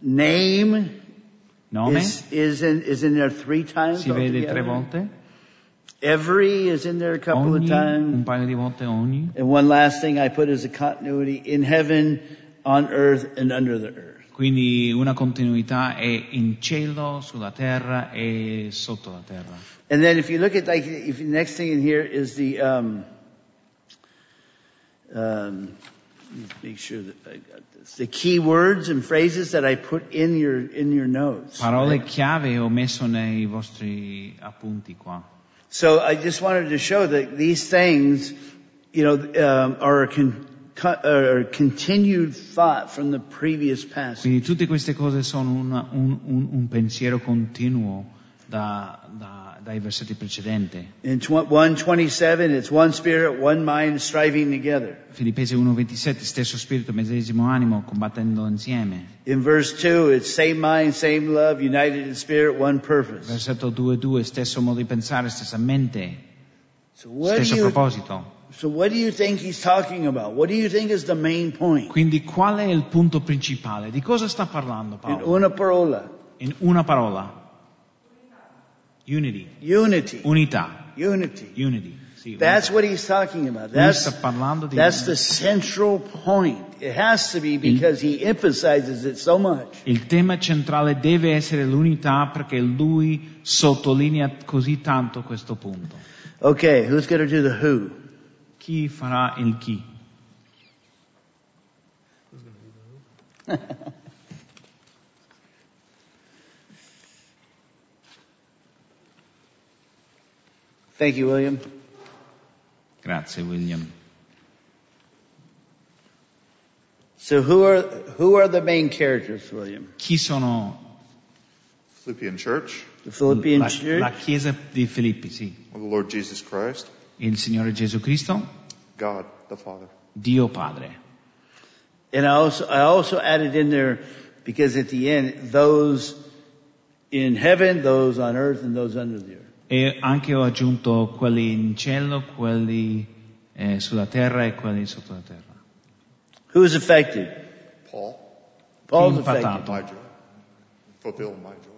A: name
B: Nome,
A: is, is, in, is in there three times.
B: si vede tre
A: altogether.
B: volte,
A: Every is in there a couple
B: ogni,
A: of times.
B: un paio di volte ogni.
A: And one last thing I put is a continuity in heaven, on earth, and under the earth.
B: Quindi una continuità è in cielo, sulla terra e sotto la terra.
A: And then if you look at like if the next thing in here is the um, um, let me make sure that I got this. The key words and phrases that I put in your in your notes.
B: Parole chiave ho messo nei vostri appunti qua.
A: So I just wanted to show that these things, you know, um, are a con- co- are continued thought from the previous passage.
B: Quindi tutte queste cose sono una- un, un- un pensiero continuo da- da- dai versetti precedenti.
A: In tw- 127, it's one spirit, one mind, striving together.
B: Filippesi 1.27, stesso spirito, medesimo animo, combattendo insieme.
A: In verse 2, it's same mind, same love, united in spirit, one purpose.
B: Versetto 2.2, stesso modo di pensare, stessa mente,
A: So what, do
B: stesso
A: you,
B: proposito.
A: so what do you think he's talking about? What do you think is the main point?
B: Quindi qual è il punto principale? Di cosa sta parlando
A: In
B: Paolo?
A: una parola,
B: In una parola. Unity.
A: unity,
B: Unità.
A: unity.
B: Unity. Sì,
A: That's
B: unità.
A: what he's talking about.
B: Lui
A: That's,
B: sta parlando di...
A: that's the central point. It has to be because he emphasizes it so much.
B: Il tema centrale deve essere l'unità perché lui sottolinea così tanto questo punto.
A: Okay, who's going to do the who?
B: Chi farà il chi?
A: Thank you, William.
B: Grazie William.
A: So who are, who are the main characters, William?
B: Chi sono
D: Philippian church,
A: The Philippian
B: la,
A: church?
B: la chiesa di Filippi? Sì.
D: the Lord Jesus Christ,
B: Il Signore Gesù Cristo,
D: God the Father.
B: Dio Padre.
A: And I also, I also added in there because at the end, those in heaven, those on earth, and those under the earth.
B: E anche ho aggiunto quelli in cielo, quelli eh, sulla terra e quelli sotto la terra.
A: Who's affected?
D: Paul,
A: Paul's
B: Impactato.
A: affected.
D: my joy. Fulfill my joy.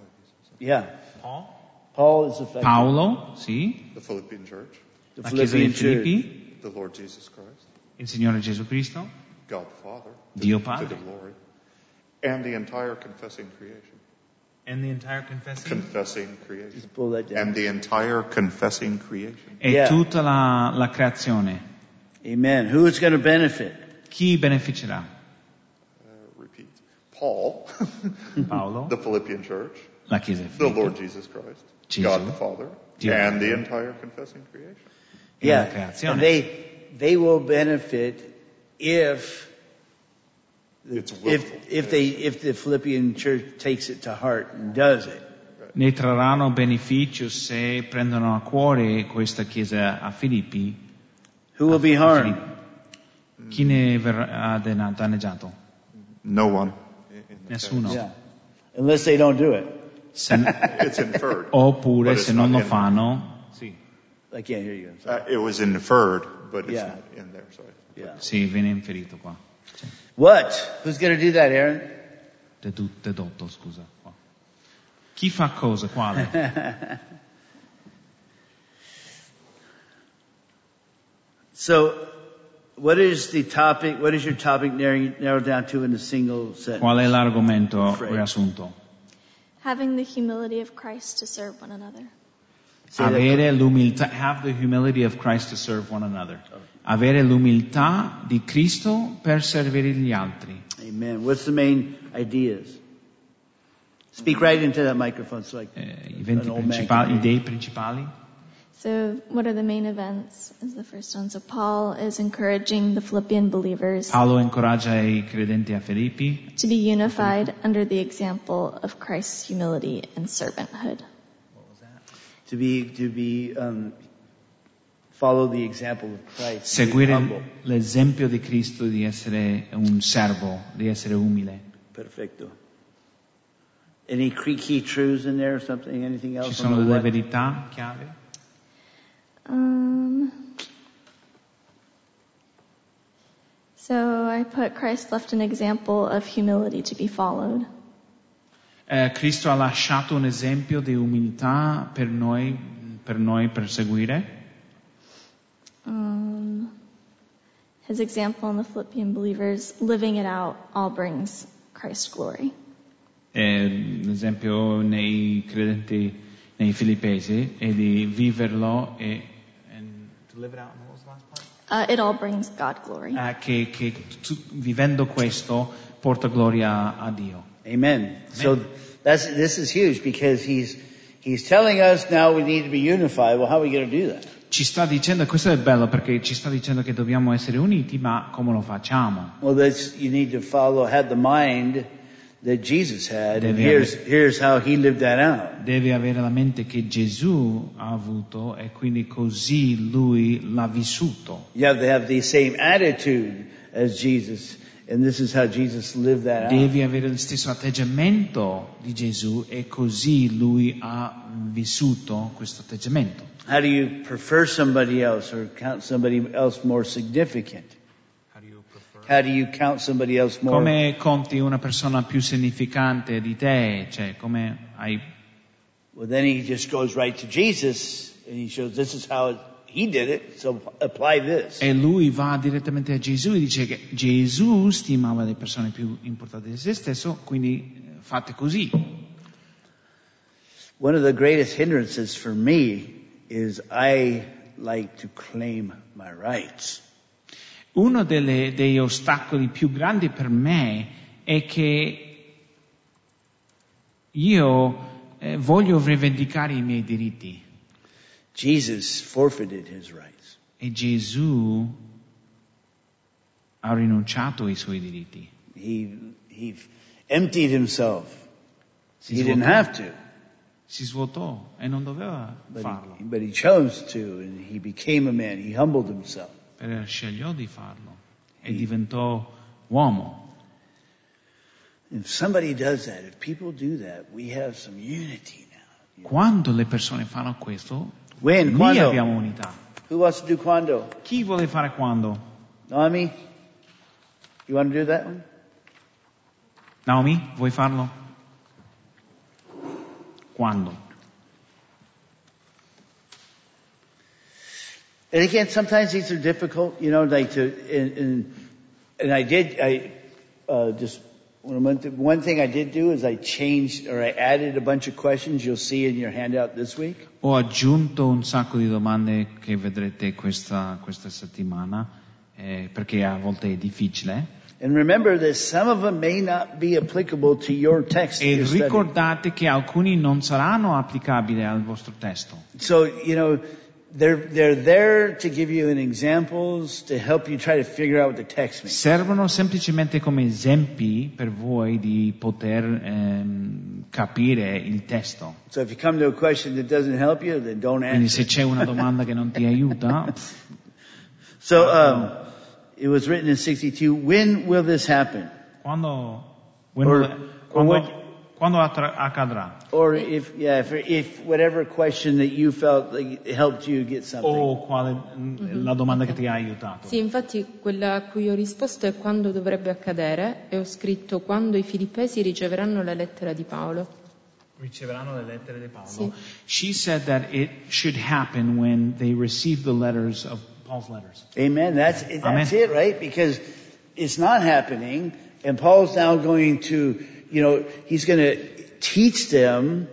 A: Yeah. Paul is affected.
B: Paolo, sì,
D: The Philippian church,
A: The
B: la chiesa dei
A: Philippian church.
B: Filippi,
D: the Lord Jesus Christ,
B: il Signore Gesù Cristo,
D: God the Father,
B: Dio
D: to the
B: Padre.
D: glory, and the entire confessing creation.
B: And the entire confessing.
D: Confessing creation.
A: Pull that down.
D: And the entire confessing creation.
B: E
A: Yeah.
B: tutta la, la creazione.
A: Amen. Who is going to benefit?
B: Chi beneficerà?
D: Uh, repeat. Paul,
B: Paolo,
D: the Philippian church,
B: la chiesa dei
D: the
B: Filippi,
D: Lord Jesus Christ,
B: Jesus.
D: God the Father,
B: Dio.
D: and the entire confessing creation.
B: e la creazione.
A: And they they will benefit if
D: It's willful.
A: if if they if the Philippian church takes it to heart and does it.
B: ne trarranno beneficio se prendono a cuore questa chiesa a Filippi.
A: Who will be
B: a
A: harmed?
B: Filippi. Chi ne verrà dena- danneggiato?
D: No one.
B: Nessuno.
A: Yeah. Unless they don't do it.
B: Se-
D: It's inferred.
B: oppure
D: But it's
B: se non
D: not
B: lo
D: in-
B: fanno, sì,
A: I can't hear you. I'm sorry.
D: Uh, it was inferred, but it's
A: Yeah.
D: not in there. Sorry.
A: Yeah.
B: sì, viene inferito qua. Sì.
A: What? Who's going to do that, Aaron?
B: Dedu- dedotto, scusa. qua. Chi fa cosa? Quale?
A: So, what is the topic? What is your topic narrowed narrowed down to in a single sentence?
B: Qual è l'argomento
A: Afraid.
B: riassunto?
E: having the humility of Christ to serve one another.
A: Say that-
B: Avere l'umiltà, have the humility of Christ to serve one another. Avere l'umiltà di Cristo per servire gli altri.
A: Amen. What's the main ideas? Speak right into that microphone so I can.
B: Eh, I venti
A: An old man
B: principali,
A: can
B: i dei principali.
E: So, what are the main events? Is the first one. So, Paul is encouraging the Philippian believers
B: Paolo incoraggia i credenti a Filippi
E: to be unified under the example of Christ's humility and servanthood.
A: to be to be um, follow the example of Christ. to be humble.
B: seguire l'esempio di Cristo di essere un servo, di essere umile.
A: Perfecto. Any cre- key truths in there or something? Anything
B: Ci
A: else? on
B: sono
A: the
B: delle
A: what?
B: verità chiave?
E: Um, so, I put Christ left an example of humility to be followed.
B: Eh, Cristo ha lasciato un esempio di umiltà per noi, per noi per seguire.
E: Um, his example in the Philippian believers, living it out, all brings Christ glory.
B: Eh, l'esempio nei credenti, nei filippesi, è di viverlo e and to live it out. What was the last part?
E: Uh, it all brings God glory.
B: Eh, che, che tu- vivendo questo porta gloria a Dio.
A: Amen. So that's this is huge because he's he's telling us now we need to be unified. Well, how are we going to do that?
B: Ci sta dicendo, questo è bello perché ci sta dicendo che dobbiamo essere uniti, ma come lo facciamo?
A: Well, that's you need to follow had the mind that Jesus had, and
B: Devi
A: here's here's how he lived that out.
B: Deve avere la mente che Gesù ha avuto e quindi così lui l'ha vissuto.
A: You have to have the same attitude as Jesus, and this is how Jesus lived that out.
B: Devi avere lo stesso atteggiamento di Gesù e così lui ha vissuto questo atteggiamento.
A: How do you prefer somebody else or count somebody else more significant? How do you count somebody else more?
B: Come conti una persona più significante di te? Cioè, come hai...
A: Well, then he just goes right to Jesus and he shows this is how he did it, so apply this.
B: E lui va direttamente a Gesù e dice che Gesù stimava le persone più importanti di se stesso, quindi eh, fate così.
A: One of the greatest hindrances for me is I like to claim my rights.
B: Uno delle- degli ostacoli più grandi per me è che io eh, voglio rivendicare i miei diritti
A: Jesus forfeited his rights.
B: e Gesù ha rinunciato ai suoi diritti.
A: He, he emptied himself.
B: Si
A: He didn't
B: svuotò,
A: have to,
B: si svuotò e non doveva
A: but
B: farlo,
A: he, but he chose to and he became a man. He humbled himself.
B: però scegliò di farlo e diventò uomo.
A: If somebody does that, if people do that, we have some unity now.
B: Quando le persone fanno questo,
A: When?
B: noi
A: Quando?
B: abbiamo unità.
A: Who wants to do quando?
B: Chi vuole fare quando?
A: Naomi? You want to do that one?
B: Naomi, vuoi farlo? Quando?
A: And again, sometimes these are difficult, you know, like to, and, and, and I did, I, uh, just, one one th- one thing I did do is I changed or I added a bunch of questions you'll see in your handout this week.
B: Ho aggiunto un sacco di domande che vedrete questa, questa settimana, eh, perché a volte è difficile.
A: And remember that some of them may not be applicable to your text. that
B: E
A: you're studying.
B: ricordate che alcuni non saranno applicabili al vostro testo.
A: So, you know, they're, they're there to give you an examples to help you try to figure out what the text means.
B: Servono semplicemente come esempi per voi di poter ehm, capire il testo.
A: So if you come to a question that doesn't help you, then don't
B: Quindi
A: answer.
B: se c'è una domanda che non ti aiuta, pff,
A: So, um, it was written in 62. When will this happen?
B: quando,
A: Or-
B: quando-
A: or what-
B: quando attra- accadrà?
A: Or if, yeah, if, if whatever question that you felt like helped you get something.
B: O quale, la domanda che ti ha aiutato?
F: Mm-hmm. Sì, infatti quella a cui ho risposto è quando dovrebbe accadere e ho scritto quando i filippesi riceveranno la lettera di Paolo.
B: riceveranno le lettere di Paolo.
F: Sì.
B: She said that it should happen when they receive the letters of Paul's letters.
A: Amen. That's, that's
B: Amen.
A: it, right? Because it's not happening and Paul's now going to, you know, he's going to teach them,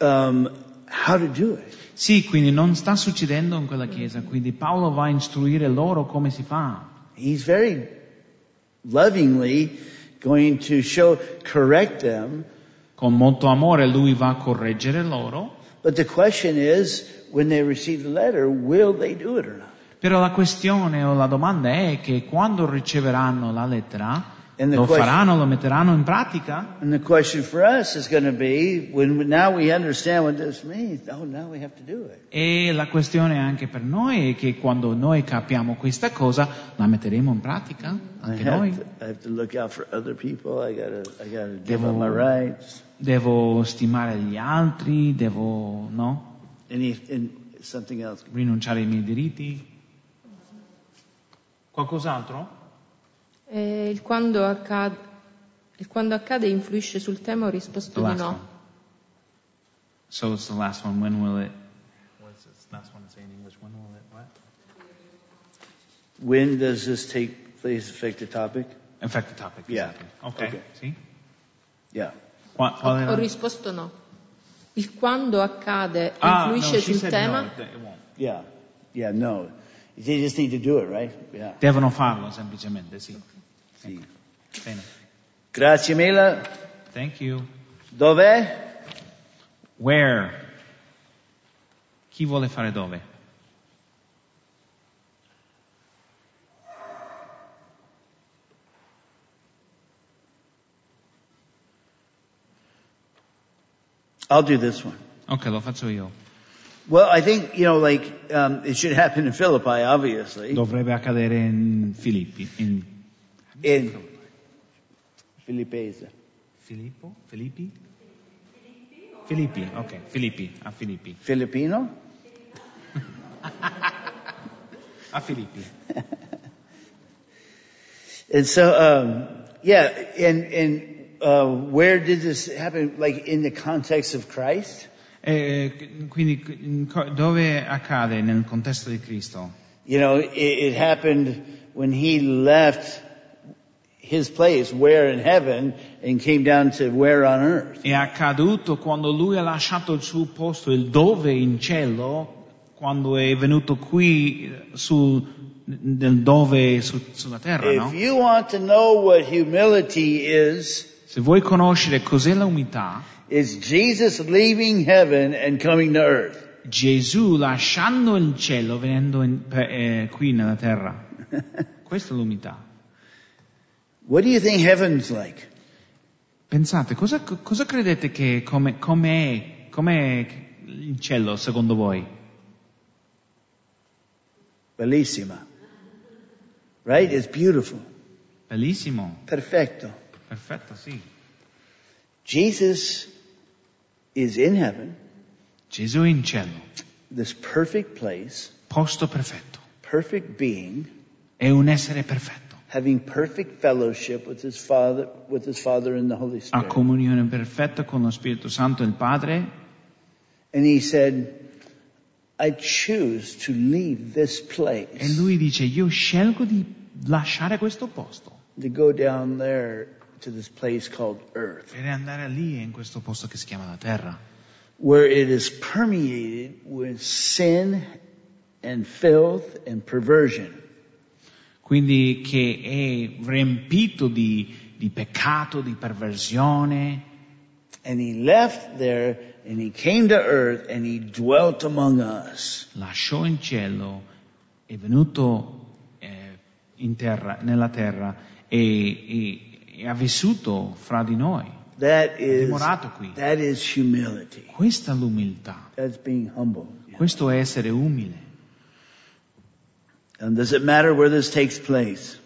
A: um, how to do it.
B: Sì, quindi non sta succedendo in quella chiesa, quindi Paolo va a istruire loro come si fa.
A: He's very lovingly going to show, correct them.
B: Con molto amore lui va a correggere loro,
A: But the question is, when they receive the letter, will they do it or not?
B: però la questione o la domanda è che quando riceveranno la lettera,
A: And the
B: lo
A: question-
B: faranno, lo metteranno in pratica?
A: And the question for us is going to be, when now we understand what this means, oh, now we have to do it.
B: E la questione anche per noi è che quando noi capiamo questa cosa, la metteremo in pratica
A: I
B: anche noi.
A: have, to, I have to look out for other people. I gotta, I gotta give
B: Devo-
A: up my rights.
B: devo stimare gli altri, devo no,
A: And, he, and something else.
B: rinunciare ai miei diritti. Qualcos'altro?
F: E il quando accade, il quando accade influisce sul tema, ho risposto di no.
B: So it's the last one. When will it? What's this last one say in English? When will it? What?
A: When does this take place affect the topic?
B: Affect the topic.
A: Yeah.
B: exactly. Okay.
A: Okay.
B: Sì.
A: Yeah.
B: Qua- qual era?
F: Ho risposto no. Il quando accade
B: ah, no,
F: influisce
B: she
F: sul
B: said
F: tema.
B: no, it won't.
A: Yeah. Yeah, no. They just need to do it, right? Yeah.
B: Devono farlo semplicemente, sì.
A: Sì.
B: Bene.
A: Grazie mille.
B: Thank you.
A: Dov'è?
B: Where? Chi vuole fare dove?
A: I'll do this one.
B: Ok, lo faccio io.
A: Well, I think, you know, like, um, it should happen in Philippi, obviously.
B: Dovrebbe accadere in Filippi. In
A: In Filippese.
B: Filippo? Filippi? Filippi, ok, Filippi, a Filippi.
A: Filipino?
B: A Filippi.
A: And so, um, yeah, and, and, uh, where did this happen? Like in the context of Christ?
B: Eh, quindi in co- dove accade nel contesto di Cristo?
A: You know, it, it happened when he left his place, where in heaven, and came down to where on earth.
B: È accaduto quando lui ha lasciato il suo posto, il dove in cielo, quando è venuto qui eh, sul, nel dove su- sulla terra,
A: If
B: no?
A: you want to know what humility is,
B: Se vuoi conoscere cos'è l'umiltà,
A: it's Jesus leaving heaven and coming to earth.
B: Gesù lasciando il cielo, venendo in- per- eh, qui nella terra. Questa è l'umiltà.
A: What do you think heaven's like?
B: Pensate, cosa, cosa credete che come, com'è, com'è il cielo secondo voi?
A: Bellissima. Right? It's beautiful.
B: Bellissimo,
A: Perfecto.
B: perfetto, sì.
A: Jesus is in heaven,
B: Gesù è in cielo,
A: this perfect place,
B: posto perfetto,
A: perfect being,
B: è un essere perfetto,
A: having perfect fellowship with his Father, with his Father and the Holy
B: ha
A: Spirit.
B: comunione perfetta con lo Spirito Santo e il Padre
A: And he said, I choose to leave this
B: e
A: place
B: lui dice io scelgo di lasciare questo posto
A: to go down there to this place called earth,
B: per andare lì in questo posto che si chiama la terra,
A: where it is permeated with sin and filth and perversion.
B: quindi che è riempito di, di peccato, di perversione
A: And he left there and he came to earth and he dwelt among us.
B: lasciò in cielo, è venuto eh, in terra, nella terra e, e- e ha vissuto fra di noi.
A: That is,
B: Dimorato qui.
A: that is humility.
B: Questa è l'umiltà,
A: That's being humble.
B: questo è essere umile.
A: And does it matter where this takes place?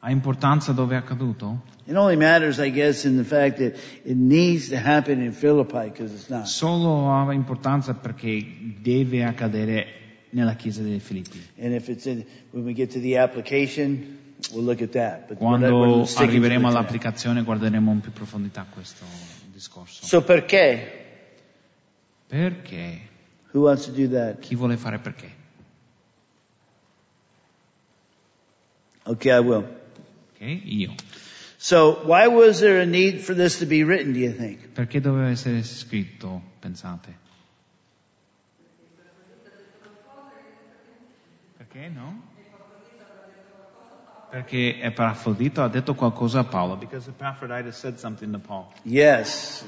B: Ha importanza dove è accaduto?
A: It only matters, I guess, in the fact that it needs to happen in Philippi because it's not.
B: Solo ha importanza perché deve accadere nella chiesa dei Filippi.
A: And if it's in, when we get to the application, we'll look at that. But we're not- we're
B: Quando
A: sticking to
B: arriveremo
A: it today.
B: all'applicazione guarderemo in più profondità questo discorso.
A: So perché?
B: Perché?
A: Who wants to do that?
B: Chi vuole fare perché?
A: Okay, I will.
B: Ok? Io.
A: So why was there a need for this to be written, do you think?
B: Perché doveva essere scritto, pensate? Perché no? Perché Epafrodito ha detto qualcosa a Paolo. Because Epaphroditus said something to Paul.
A: Yes,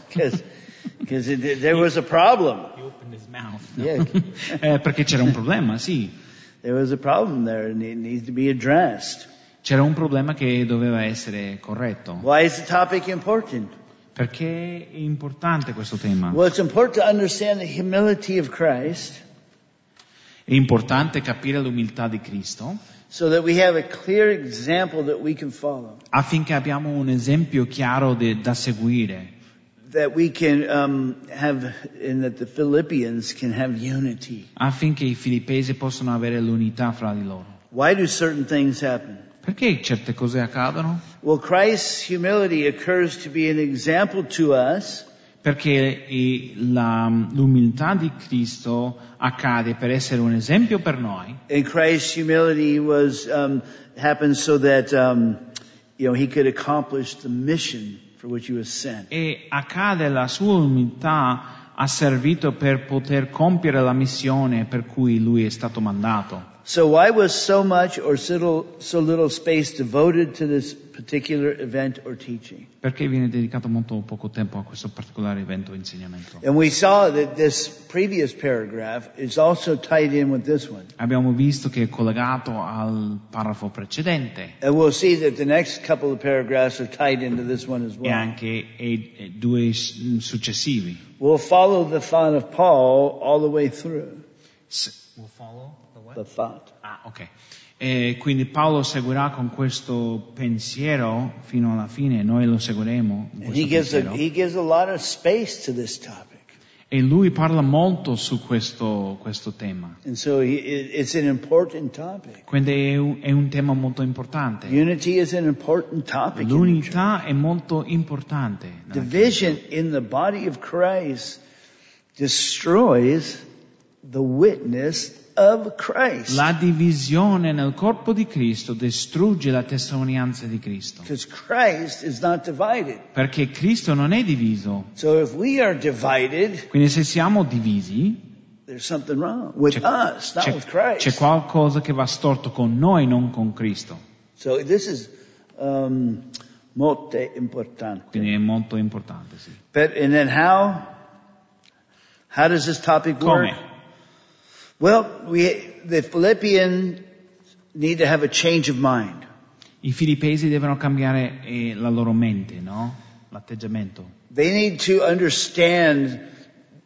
A: because it, there was a problem.
B: He opened his mouth.
A: Yeah.
B: Eh, perché c'era un problema, sì.
A: There was a problem there and it needs to be addressed.
B: C'era un problema che doveva essere corretto.
A: Why is the topic important?
B: Perché è importante questo tema.
A: Well, it's important to understand the humility of Christ
B: È importante capire l'umiltà di Cristo
A: so that we have a clear example that we can follow,
B: affinché abbiamo un esempio chiaro de- da seguire.
A: that we can um, have, and that the Philippians can have unity.
B: affinché i filippesi possano avere l'unità fra di loro.
A: Why do certain things happen?
B: Perché certe cose accadono?
A: Well, Christ's humility occurs to be an example to us
B: Perché eh, la- l'umiltà di Cristo accade per essere un esempio per noi
A: And Christ's humility was um, happened so that um, you know he could accomplish the mission for which he was sent.
B: e accade la sua umiltà ha servito per poter compiere la missione per cui lui è stato mandato.
A: So why was so much or so little, so little space devoted to this particular event or teaching?
B: Perché viene dedicato molto poco tempo a questo particolare evento e insegnamento.
A: And we saw that this previous paragraph is also tied in with this one.
B: Abbiamo visto che è collegato al paragrafo precedente.
A: And we'll see that the next couple of paragraphs are tied into this one as
B: e
A: well.
B: anche e- e due s- mm, successivi.
A: We'll follow the thought of Paul all the way through.
B: S- Will follow the what?
A: The thought.
B: Ah, ok. E quindi Paolo seguirà con questo pensiero fino alla fine, noi lo seguiremo.
A: And
B: in questo
A: he gives a,
B: pensiero.
A: he gives a lot of space to this topic.
B: E lui parla molto su questo, questo tema.
A: And so he- it- it's an important topic.
B: Quindi è un, è un tema molto importante.
A: Unity is an important topic. in the church.
B: L'unità è molto importante. nella
A: Division in the body of Christ destroys the witness of
B: Chiesa.
A: Christ.
B: La divisione nel corpo di Cristo distrugge la testimonianza di Cristo.
A: Because Christ is not divided.
B: Perché Cristo non è diviso.
A: So if we are divided,
B: Quindi se siamo divisi,
A: there's something wrong with us, not
B: c'è-
A: with Christ.
B: c'è qualcosa che va storto con noi, non con Cristo.
A: So this is um, molte importante.
B: Quindi è molto importante, sì.
A: But, and then how? How does this topic work?
B: Come?
A: Well, we, the Philippians need to have a change of mind.
B: I filippesi devono cambiare eh, la loro mente, no? L'atteggiamento.
A: They need to understand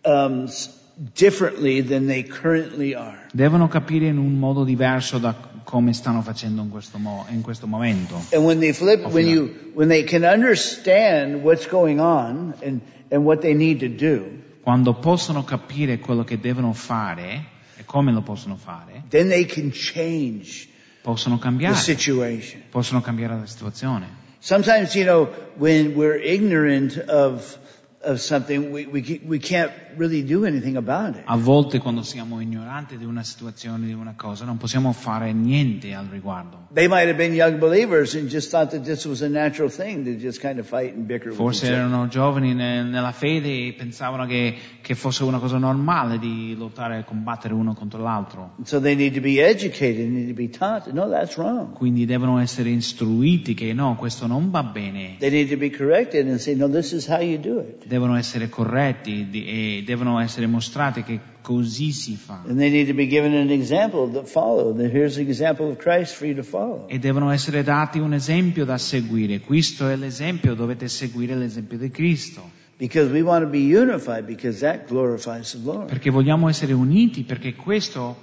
A: um, s- differently than they currently are.
B: Devono capire in un modo diverso da come stanno facendo in questo, mo- in questo momento.
A: And when they flip,
B: Of
A: when
B: that.
A: you, when they can understand what's going on and, and what they need to do,
B: quando possono capire quello che devono fare e come lo possono fare,
A: then they can change
B: possono
A: the
B: cambiare,
A: situation.
B: possono cambiare la situazione.
A: Sometimes, you know, when we're ignorant of, of something, we, we, ca- we can't really do anything about it.
B: A volte quando siamo ignoranti di una situazione, di una cosa, non possiamo fare niente al riguardo.
A: They might have been young believers and just thought that this was a natural thing to just kind of fight and bicker with each
B: Forse
A: other.
B: erano giovani ne- nella fede e pensavano che, che fosse una cosa normale di lottare e combattere uno contro l'altro.
A: And So they need to be educated, need to be taught. No, that's wrong.
B: Quindi devono essere istruiti che no, questo non va bene.
A: They need to be corrected and say, no, this is how you do it.
B: Devono essere corretti di- e devono essere mostrati che così si fa.
A: And they need to be given an example that follow. That here's an example of Christ for you to follow.
B: E devono essere dati un esempio da seguire. Questo è l'esempio, dovete seguire l'esempio di Cristo.
A: Because we want to be unified because that glorifies the Lord.
B: Perché vogliamo essere uniti, perché questo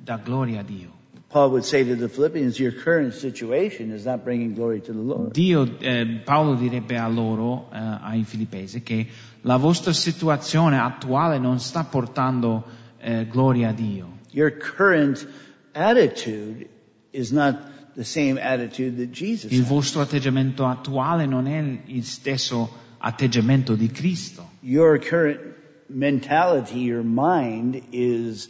B: dà gloria a Dio.
A: Paul would say to the Philippians, your current situation is not bringing glory to the Lord.
B: Dio, eh, Paolo direbbe a loro, eh, ai filippesi, che la vostra situazione attuale non sta portando eh, gloria a Dio.
A: Your current attitude is not the same attitude that Jesus
B: Il
A: had.
B: vostro atteggiamento attuale non è il stesso atteggiamento di Cristo.
A: Your current mentality, your mind is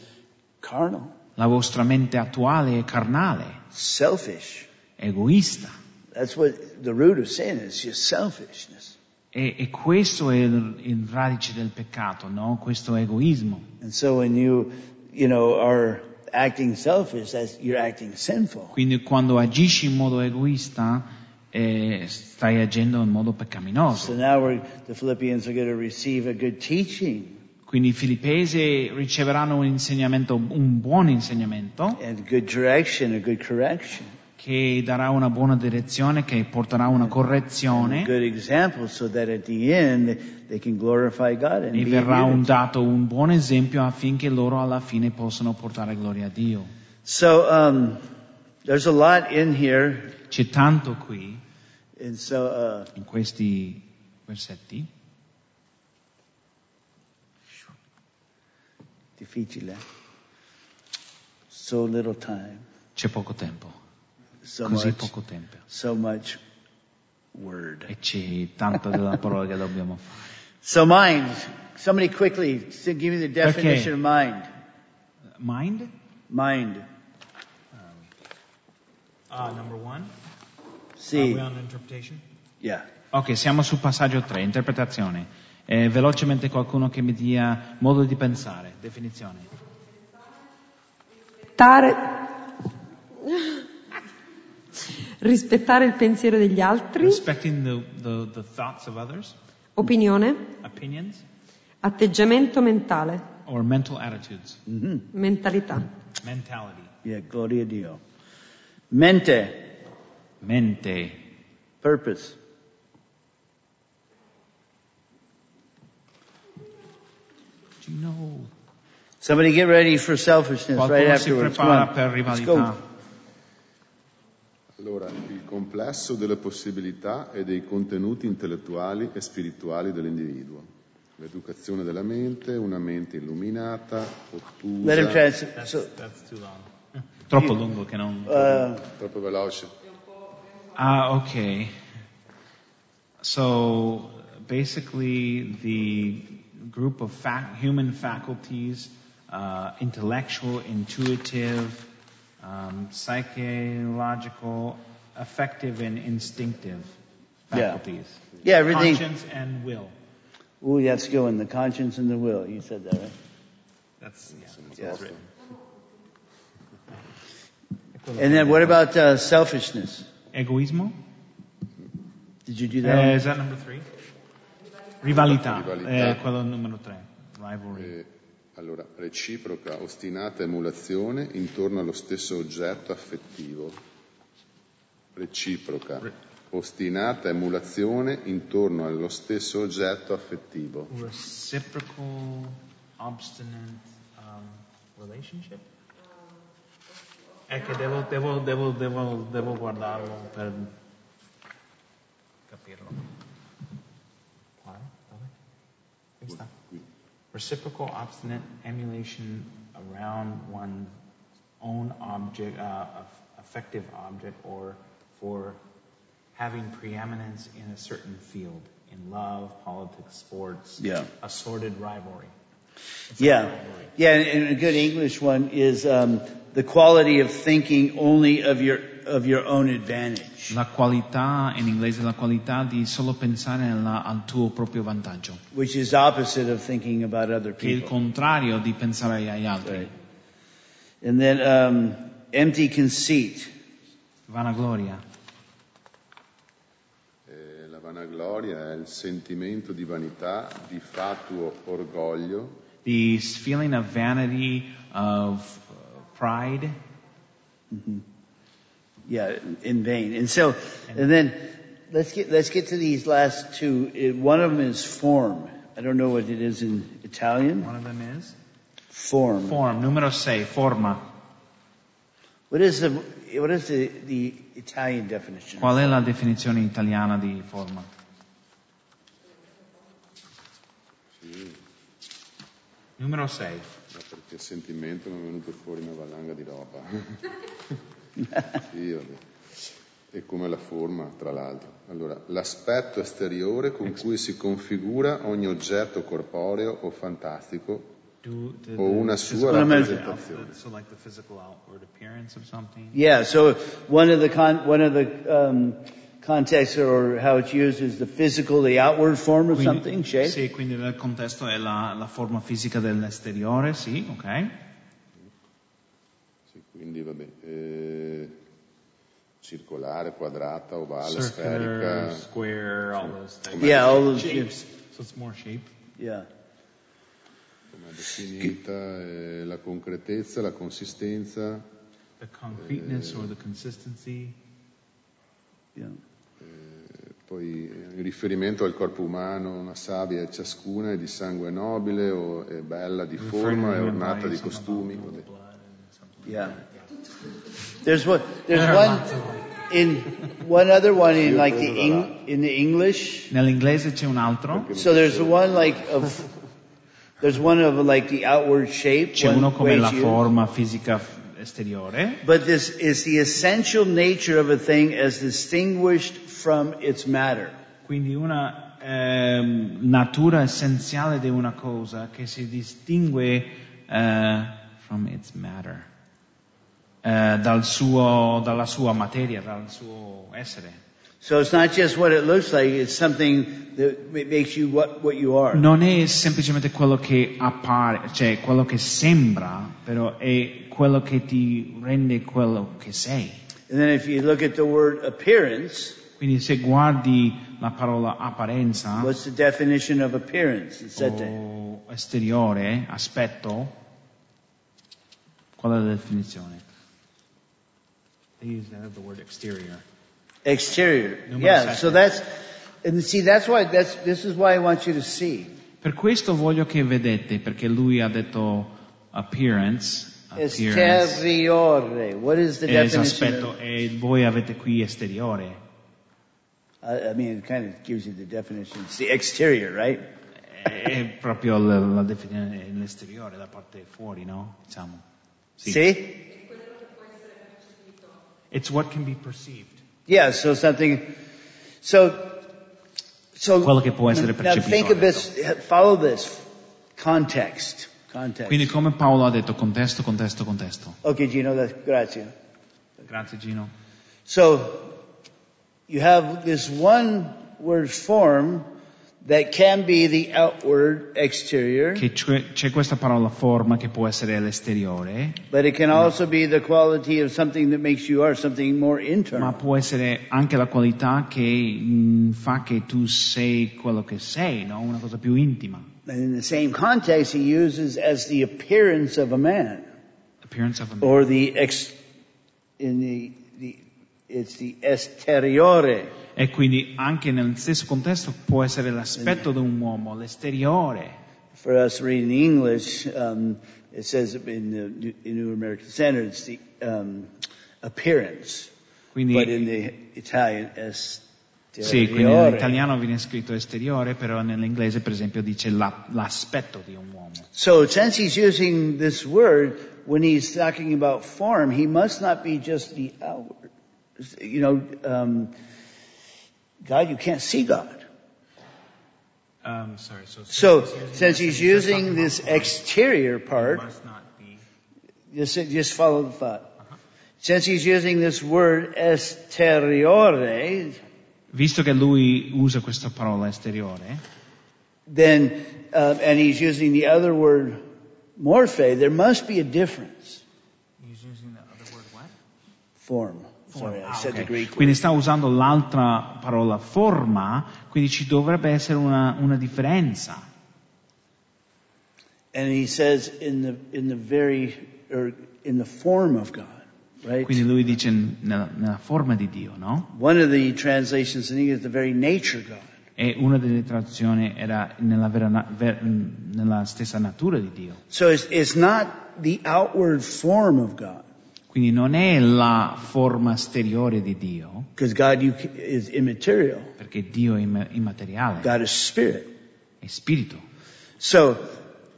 A: carnal,
B: La vostra mente attuale è carnale,
A: selfish.
B: egoista.
A: That's what the root of sin is, just selfishness.
B: E, e questo è il, il radice del peccato, no? Questo egoismo.
A: And so when you, you know, are acting selfish, that's, you're acting sinful.
B: Quindi quando agisci in modo egoista, eh, stai agendo in modo peccaminoso.
A: So now we're, the Philippians are going to receive a good teaching
B: Quindi i filippesi riceveranno un insegnamento, un buon insegnamento,
A: and good direction, a good correction,
B: che darà una buona direzione, che porterà una
A: a
B: correzione
A: good example so that at the end they can glorify God and
B: e
A: be
B: verrà un
A: immune.
B: dato un buon esempio affinché loro alla fine possano portare gloria a Dio.
A: So, um, there's a lot in here.
B: C'è tanto qui,
A: And so, uh,
B: in questi versetti,
A: difficile. So little time.
B: c'è poco tempo,
A: So
B: così
A: much,
B: poco tempo.
A: so much word.
B: E c'è tanta della parola che dobbiamo fare.
A: So mind. Somebody quickly s- give me the definition of mind.
B: Mind?
A: Mind.
B: Ah, number one.
A: See.
B: interpretation?
A: Yeah.
B: Ok, siamo sul passaggio 3, interpretazione. Eh, velocemente qualcuno che mi dia modo di pensare, definizione.
C: Rispettare, rispettare il pensiero degli altri,
B: Respecting the, the, the thoughts of others,
C: opinione,
B: opinions,
C: atteggiamento mentale,
B: or mental attitudes,
A: hmm
C: mentalità.
B: mentality.
A: Yeah. Gloria Dio. Mente.
B: Mente,
A: Purpose.
B: Do you know?
A: Somebody get ready for selfishness right
B: Qualcuno si
A: afterwards. Come
B: prepara
A: on.
B: per
A: Let's go.
B: rivalità.
G: Allora, il complesso delle possibilità e dei contenuti intellettuali e spirituali dell'individuo. L'educazione della mente, una mente illuminata,
A: Let him
G: ottusa,
A: translate. So,
B: Troppo lungo che non...
A: uh,
G: troppo veloce.
B: Ah, ok. So basically, the group of fac- human faculties, uh, intellectual, intuitive, um, psychological, affective, and instinctive
A: Yeah.
B: faculties.
A: yeah, everything.
B: Conscience and will.
A: Ooh, that's good one. The conscience and the will. You said that, right?
B: That's, yeah.
A: Yeah. And then what about uh, selfishness?
B: Egoismo?
A: Did you do that?
B: Eh, is that number three? Rivalità,
G: Rivalità.
B: Eh, quello numero tre. Rivalry.
G: Eh, allora, reciproca, ostinata emulazione intorno allo stesso oggetto affettivo. Reciproca, ostinata emulazione intorno allo stesso oggetto affettivo.
B: reciprocal, obstinate um, relationship? È che devo, devo, devo, devo, devo guardarlo per capirlo. Quale? Dove? Qui sta. reciprocal obstinate emulation around one's own object, uh, of- effective object, or for having preeminence in a certain field, in love, politics, sports,
A: Yeah.
B: assorted rivalry.
A: Yeah. Yeah, and and a good English one is um, the quality of thinking only of your of your own advantage,
B: La qualità, in inglese, la qualità di solo pensare alla- al tuo proprio vantaggio,
A: which is opposite of thinking about other
B: che è il
A: people.
B: contrario di pensare agli altri.
A: Right. And then um, empty conceit.
B: Vanagloria.
G: Eh, la vanagloria è il sentimento di vanità, di fatuo orgoglio
B: The feeling of vanity, of uh, pride,
A: Yeah, in vain. And so, and then let's get let's get to these last two. It- One of them is form. I don't know what it is in Italian.
B: one of them is
A: Form.
B: form, numero 6, forma.
A: What is the what is the, the Italian definition?
B: Qual è la definizione italiana di forma? Numero 6.
G: Ma perché il sentimento mi è venuto fuori una valanga di roba. Sì, vabbè. E come la forma, tra l'altro. Allora, l'aspetto esteriore con cui si configura ogni oggetto corporeo o fantastico
B: Do the,
G: o una sua
A: Una mezza.
G: rappresentazione.
B: so like the physical outward appearance of something.
A: Yeah. So one of the con, one of the um, contexts or how it's used is the physical, the outward form of something, shape.
B: sì, quindi nel contesto è la, la forma fisica dell'esteriore, sì, ok.
G: Sì, quindi vabbè. eh, circolare, quadrata, ovale,
B: Circular,
G: sferica.
B: square, all those things.
A: Yeah, all those
B: shapes. So it's more shape.
A: Yeah.
G: Come è definita eh, la concretezza, la consistenza,
B: The concreteness or the consistency.
A: Yeah.
G: Poi eh, in riferimento al corpo umano, una savia è ciascuna è di sangue nobile o è bella di forma, è ornata di costumi. vabbè.
A: Yeah. There's one. There's one in one other one in like the Eng, in the English.
B: Nell'inglese c'è un altro,
A: So there's the one like of there's one of like the outward shape,
B: c'è
A: one
B: uno come
A: way
B: la
A: to-
B: forma fisica f- esteriore,
A: but this is the essential nature of a thing as distinguished from its matter.
B: quindi una ehm, natura essenziale di una cosa che si distingue eh, from its matter, eh, dal suo, dalla sua materia, dal suo essere.
A: So it's not just what it looks like; it's something that ma- makes you what what you are.
B: Non è semplicemente quello che appare, cioè quello che sembra, però è quello che ti rende quello che sei.
A: And then if you look at the word appearance,
B: Quindi se guardi la parola apparenza
A: what's the definition of appearance? It's that
B: o esteriore, aspetto, qual è la definizione? They use that the word exterior.
A: exterior.
B: Numero
A: yeah.
B: sette.
A: So that's and see that's why that's this is why I want you to see.
B: Per questo voglio che vedete, perché lui ha detto appearance, appearance
A: Exteriore. What is the
B: è
A: definition? of-
B: aspetto e voi avete qui esteriore.
A: I, I mean, it kind of gives you the definition. It's the exterior, right?
B: È è proprio la, la definizione, è l'esteriore, la parte fuori, no? Diciamo. Sì.
A: See?
B: It's what can be perceived.
A: Yeah, so something, so, so,
B: Quello che può essere
A: now
B: percepito,
A: think of
B: ha
A: this, follow this, context, context.
B: Quindi come Paolo ha detto, contesto, contesto, contesto.
A: Okay, Gino, that's, grazie.
B: Grazie Gino.
A: So, you have this one word form that can be the outward exterior,
B: Che c'è, c'è questa parola forma che può essere l'esteriore,
A: but it can also be the quality of something that makes you are something more internal.
B: ma può essere anche la qualità che mh, fa che tu sei quello che sei, no? Una cosa più intima.
A: And in the same context, he uses as the appearance of a man,
B: Appearance of a man.
A: or the ex, in the, the it's the esteriore.
B: E quindi anche nel stesso contesto può essere l'aspetto di un uomo, l'esteriore.
A: For us reading the English, um, it says in the New- in New American Standard, it's the um, appearance, but in
B: Quindi
A: the Italian, es,
B: Sì, quindi nell'italiano viene scritto esteriore, però nell'inglese per esempio dice la- l'aspetto di un uomo.
A: So since he's using this word when he's talking about form, he must not be just the outward. You know, um, God, you can't see God.
B: Um, sorry, so,
A: So
B: since he's
A: since
B: using
A: he's
B: this, he's
A: using this
B: talking about form.
A: exterior part,
B: must not be-
A: just, just follow the thought. Since he's using this word esteriore,
B: Visto che lui usa questa parola esteriore,
A: then, uh, and he's using the other word morphe, there must be a difference. Form. Sorry, I
B: Ah,
A: said the
B: ok.
A: Greek word.
B: quindi sta usando l'altra parola forma, quindi ci dovrebbe essere una, una differenza.
A: And he says in the, in the very, or in the form of God, right?
B: Quindi lui dice nella, nella forma di Dio, no?
A: One of the translations in English, the very nature God.
B: E una delle traduzioni era nella, vera na- ver- nella stessa natura di Dio.
A: So it's, it's not the outward form of God,
B: Quindi non è la forma esteriore di Dio,
A: because God you, ca- is immaterial.
B: perché Dio è im- immateriale,
A: God is spirit.
B: è spirito.
A: So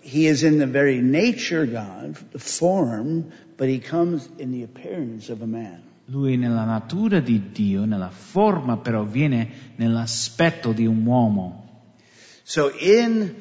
A: he is in the very nature God, the form, but he comes in the appearance of a man.
B: Lui è nella natura di Dio, nella forma però viene nell'aspetto di un uomo.
A: So in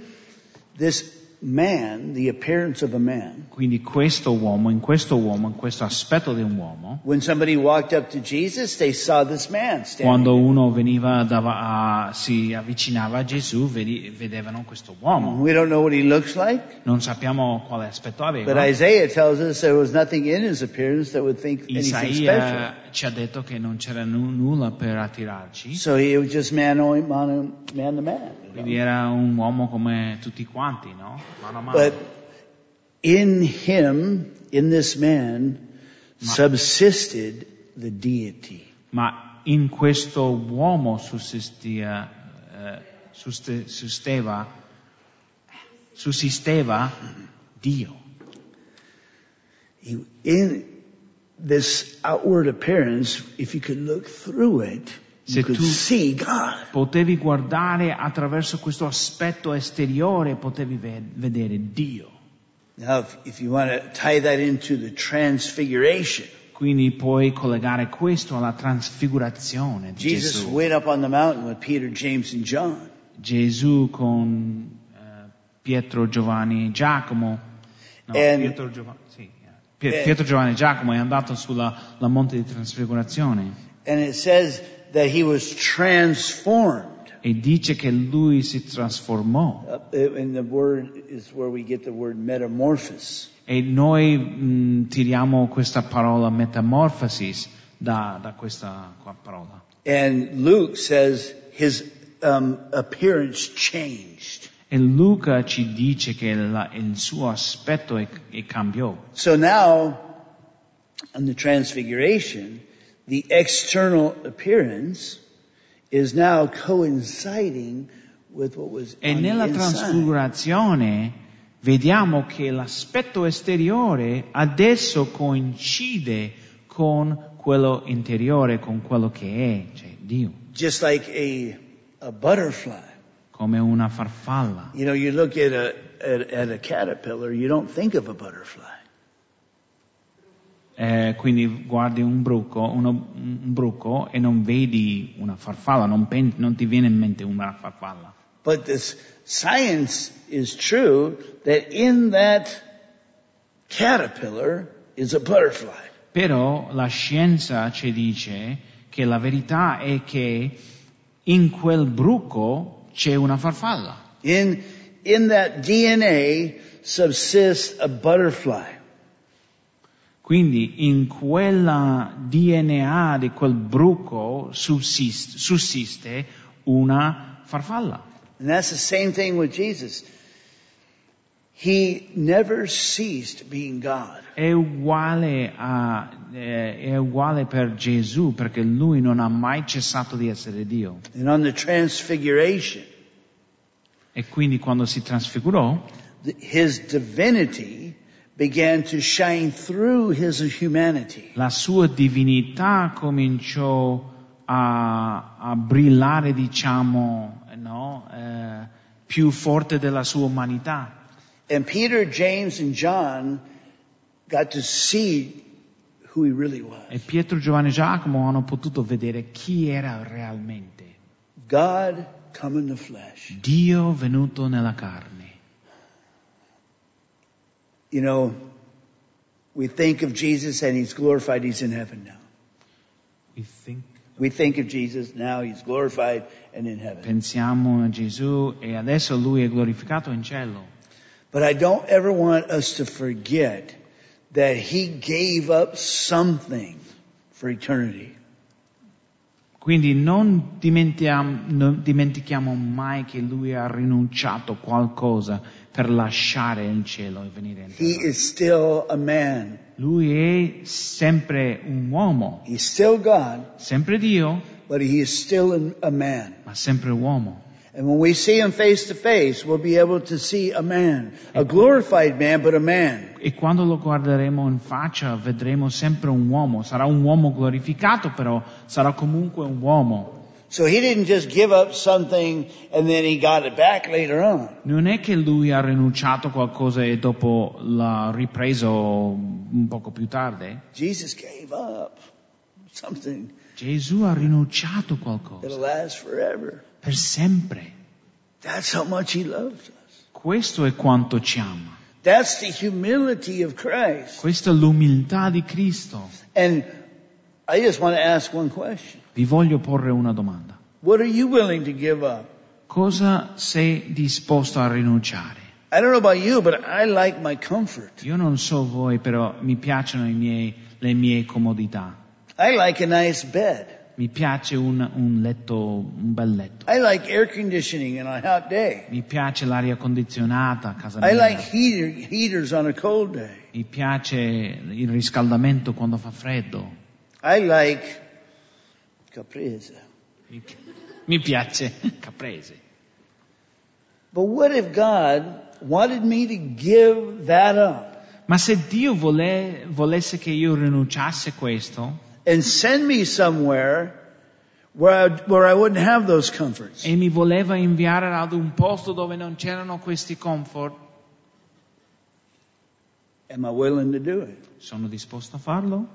A: this man, the appearance of a man,
B: Quindi questo uomo, in questo uomo, in questo aspetto di un uomo,
A: when somebody walked up to Jesus, they saw this man standing.
B: quando uno veniva dava- a- si avvicinava a Gesù, vedi- vedevano questo uomo.
A: We don't know what he looks like,
B: Non sappiamo quale aspetto
A: but
B: aveva.
A: Isaiah tells us there was nothing in his appearance that would think anything special.
B: Isaia ci ha detto che non c'era nu- nulla per attirarci,
A: So he was just man, on- man, on- man to man. you know.
B: quindi era un uomo come tutti quanti, no? Mano a mano.
A: But in him, in this man, subsisted the deity.
B: ma in questo uomo sussistia, eh, suste- susteva, sussisteva Dio.
A: He, in this outward appearance, if you could look through it, you
B: Se
A: could
B: tu-
A: see God.
B: Potevi guardare attraverso questo aspetto esteriore, potevi ve- vedere Dio.
A: Now, if, if you want to tie that into the transfiguration,
B: Quindi puoi collegare questo alla trasfigurazione di
A: Jesus
B: Gesù.
A: went up on the mountain with Peter, James, and John.
B: Gesù con eh, Pietro, Giovanni e Giacomo. No,
A: And-
B: Pietro, Giovanni, sì, eh. Pie-
A: And-
B: Pietro, Giovanni e Giacomo è andato sulla la monte di trasfigurazione.
A: And it says that he was transformed.
B: e dice che lui si trasformò
A: Uh, and the word is where we get the word metamorphosis.
B: e noi mh, tiriamo questa parola metamorfosis da, da questa qua parola
A: And Luke says his um, appearance changed.
B: e Luca ci dice che la- il suo aspetto è, è cambiò
A: So now, on the transfiguration, the external appearance is now coinciding with what was
B: e
A: on the
B: nella
A: inside.
B: trasfigurazione vediamo che l'aspetto esteriore adesso coincide con quello interiore con quello che è cioè Dio
A: Just like a a butterfly.
B: come una farfalla
A: You know, you look at a at, at a caterpillar, you don't think of a butterfly.
B: Eh, quindi guardi un bruco, uno- un bruco e non vedi una farfalla, non, pen- non ti viene in mente una farfalla.
A: But this science is true that in that caterpillar is a butterfly.
B: Però la scienza ci dice che la verità è che in quel bruco c'è una farfalla.
A: In, in that DNA subsists a butterfly.
B: Quindi in quella DNA di quel bruco sussiste, sussiste una farfalla.
A: And that's the same thing with Jesus. He never ceased being God.
B: È uguale, a, eh, è uguale per Gesù perché lui non ha mai cessato di essere Dio.
A: And on the transfiguration,
B: E quindi quando si trasfigurò,
A: th- his divinity began to shine through his humanity.
B: la sua divinità cominciò a, a brillare, diciamo, no, eh, più forte della sua umanità.
A: And Peter, James, and John got to see who he really was.
B: E Pietro, Giovanni e Giacomo hanno potuto vedere chi era realmente.
A: God come in the flesh.
B: Dio venuto nella carne.
A: You know, we think of Jesus and he's glorified, he's in heaven now.
B: We think-
A: We think of Jesus now, he's glorified and in heaven.
B: Pensiamo a Gesù e adesso lui è glorificato in cielo.
A: But I don't ever want us to forget that he gave up something for eternity.
B: Quindi non dimentiam- non dimentichiamo mai che lui ha rinunciato qualcosa per lasciare il cielo e venire in
A: He
B: terra.
A: is still a man.
B: Lui è sempre un uomo,
A: He's still God,
B: sempre Dio,
A: but he is still an- a man.
B: ma sempre uomo.
A: And when we see him face to face, we'll be able to see a man, a glorified man, but a man.
B: E quando lo guarderemo in faccia vedremo sempre un uomo, sarà un uomo glorificato però sarà comunque un uomo.
A: So he didn't just give up something and then he got it back later on.
B: Non è che lui ha rinunciato qualcosa e dopo l'ha ripreso un poco più tardi.
A: Jesus gave up something
B: Gesù ha rinunciato qualcosa.
A: that'll last forever.
B: per sempre.
A: That's how much he loves us.
B: Questo è quanto ci ama.
A: That's the humility of Christ.
B: Questa è l'umiltà di Cristo.
A: And I just want to ask one question.
B: Vi voglio porre una domanda.
A: What are you willing to give up?
B: Cosa sei disposto a rinunciare?
A: I don't know about you, but I like my comfort.
B: Io non so voi, però mi piacciono i miei- le mie comodità.
A: I like a nice bed.
B: Mi piace un, un letto, un bel letto.
A: I like air conditioning on a hot day.
B: Mi piace l'aria condizionata a casa
A: I like
B: mia.
A: heater, heaters on a cold day.
B: Mi piace il riscaldamento quando fa freddo.
A: I like caprese.
B: Mi, mi piace caprese.
A: But what if God wanted me to give that up
B: Ma se Dio vole- volesse che io rinunciasse a questo
A: and send me somewhere where I, where I wouldn't have those comforts?
B: e mi voleva inviare ad un posto dove non c'erano questi comfort,
A: Am I willing to do it?
B: sono disposto a farlo?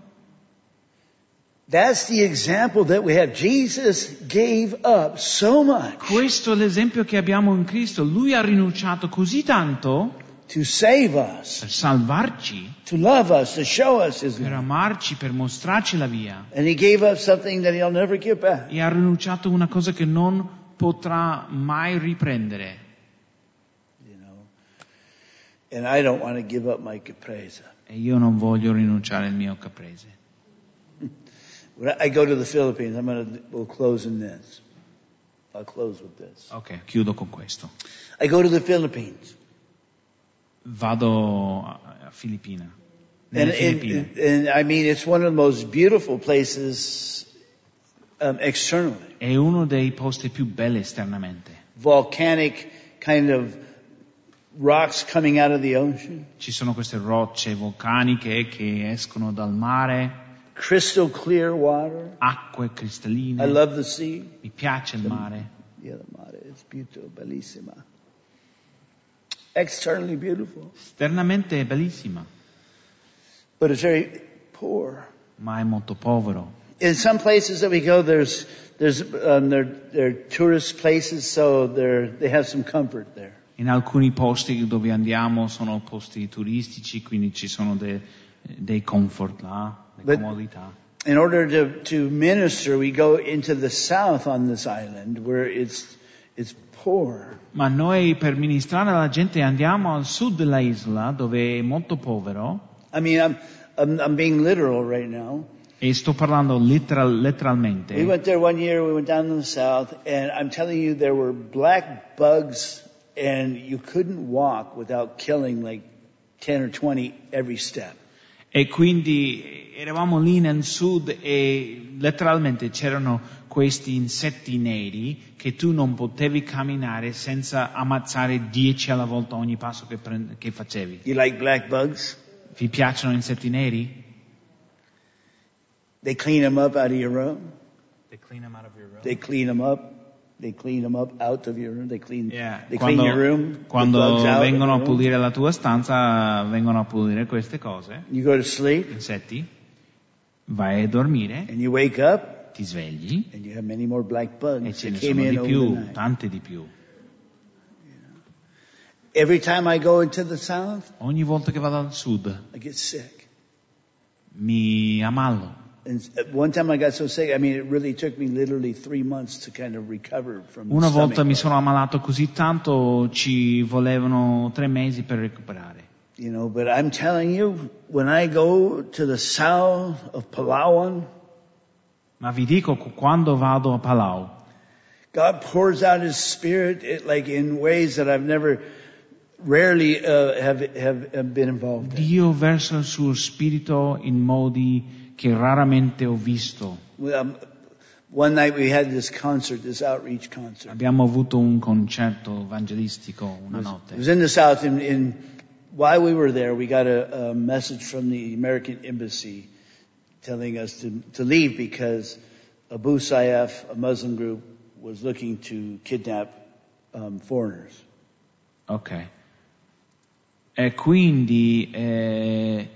A: That's the example that we have. Jesus gave up so much
B: Questo è l'esempio che abbiamo in Cristo. Lui ha rinunciato così tanto
A: to save us,
B: per salvarci,
A: to love us, to show us his
B: per
A: love.
B: amarci, per mostrarci la via.
A: And he gave up something that he'll never give back.
B: E ha rinunciato a una cosa che non potrà mai riprendere.
A: you know. And I don't want to give up my caprese.
B: E io non voglio rinunciare al mio caprese.
A: When I- I go to the Philippines, I'm gonna we'll close in this. I'll close with this.
B: Ok, chiudo con questo.
A: I go to the Philippines,
B: Vado a a Filippina.
A: and
B: Nelle
A: and,
B: Filippine.
A: and I mean it's one of the most beautiful places um, externally,
B: È uno dei posti più belli esternamente.
A: volcanic kind of rocks coming out of the ocean,
B: Ci sono queste rocce vulcaniche che escono dal mare,
A: crystal clear water.
B: acque cristalline.
A: I love the sea.
B: Mi piace il mare.
A: Yeah, the mare is beautiful, bellissima. Externally beautiful,
B: Esternamente è bellissima,
A: but it's very poor.
B: ma è molto povero.
A: in some places that we go, there's there's um, they're, they're tourist places, so they're they have some comfort there.
B: In alcuni posti dove andiamo sono posti turistici, quindi ci sono de- dei comfort là,
A: Beh-
B: le comodità.
A: In order to to minister, we go into the south on this island where it's it's poor.
B: Ma noi per ministrare alla gente andiamo al sud della isla dove è molto povero
A: I mean, I'm I'm, I'm being literal right now.
B: e sto parlando letteral-
A: We
B: letteralmente.
A: went there one year. We went down to the south, and I'm telling you, there were black bugs, and you couldn't walk without killing like ten or twenty every step.
B: E quindi eravamo lì nel sud e letteralmente c'erano questi insetti neri che tu non potevi camminare senza ammazzare dieci alla volta ogni passo che, prend- che facevi.
A: You like black bugs?
B: Vi piacciono insetti neri?
A: They clean them up out of your room.
H: They clean them out of your room.
A: They clean them up. They clean them up out of your room. They clean,
B: Yeah,
A: they clean
B: quando,
A: your room. the
B: quando
A: bugs out of
B: vengono
A: your
B: a
A: room.
B: pulire la tua stanza, vengono a pulire queste cose,
A: You go to sleep
B: insetti, vai a dormire,
A: and you wake up
B: ti svegli
A: and you have many more black
B: e
A: bugs
B: ce
A: that
B: ne
A: came
B: sono
A: in
B: di
A: over the
B: più,
A: night.
B: tante di più.
A: Every time I go into the south,
B: Ogni volta che vado al sud
A: I get sick.
B: mi ammalo.
A: And at one time I got so sick, I mean, it really took me literally three months to kind of recover from
B: Una
A: the stomach
B: volta mi
A: bug.
B: sono ammalato così tanto, ci volevano tre mesi per recuperare.
A: You know, but I'm telling you, when I go to the south of Palawan,
B: Ma vi dico, qu- quando vado a Palau,
A: God pours out His Spirit it, like in ways that I've never, rarely uh, have, have have been involved in.
B: Dio versa il suo spirito in modi che raramente ho visto.
A: Well, Um, one night we had this concert, this outreach concert.
B: Abbiamo avuto un concerto evangelistico una
A: It
B: notte.
A: was in the South, and, and while we were there, we got a, a message from the American Embassy telling us to, to leave because Abu Sayyaf, a Muslim group, was looking to kidnap um, foreigners.
B: Ok. E quindi eh,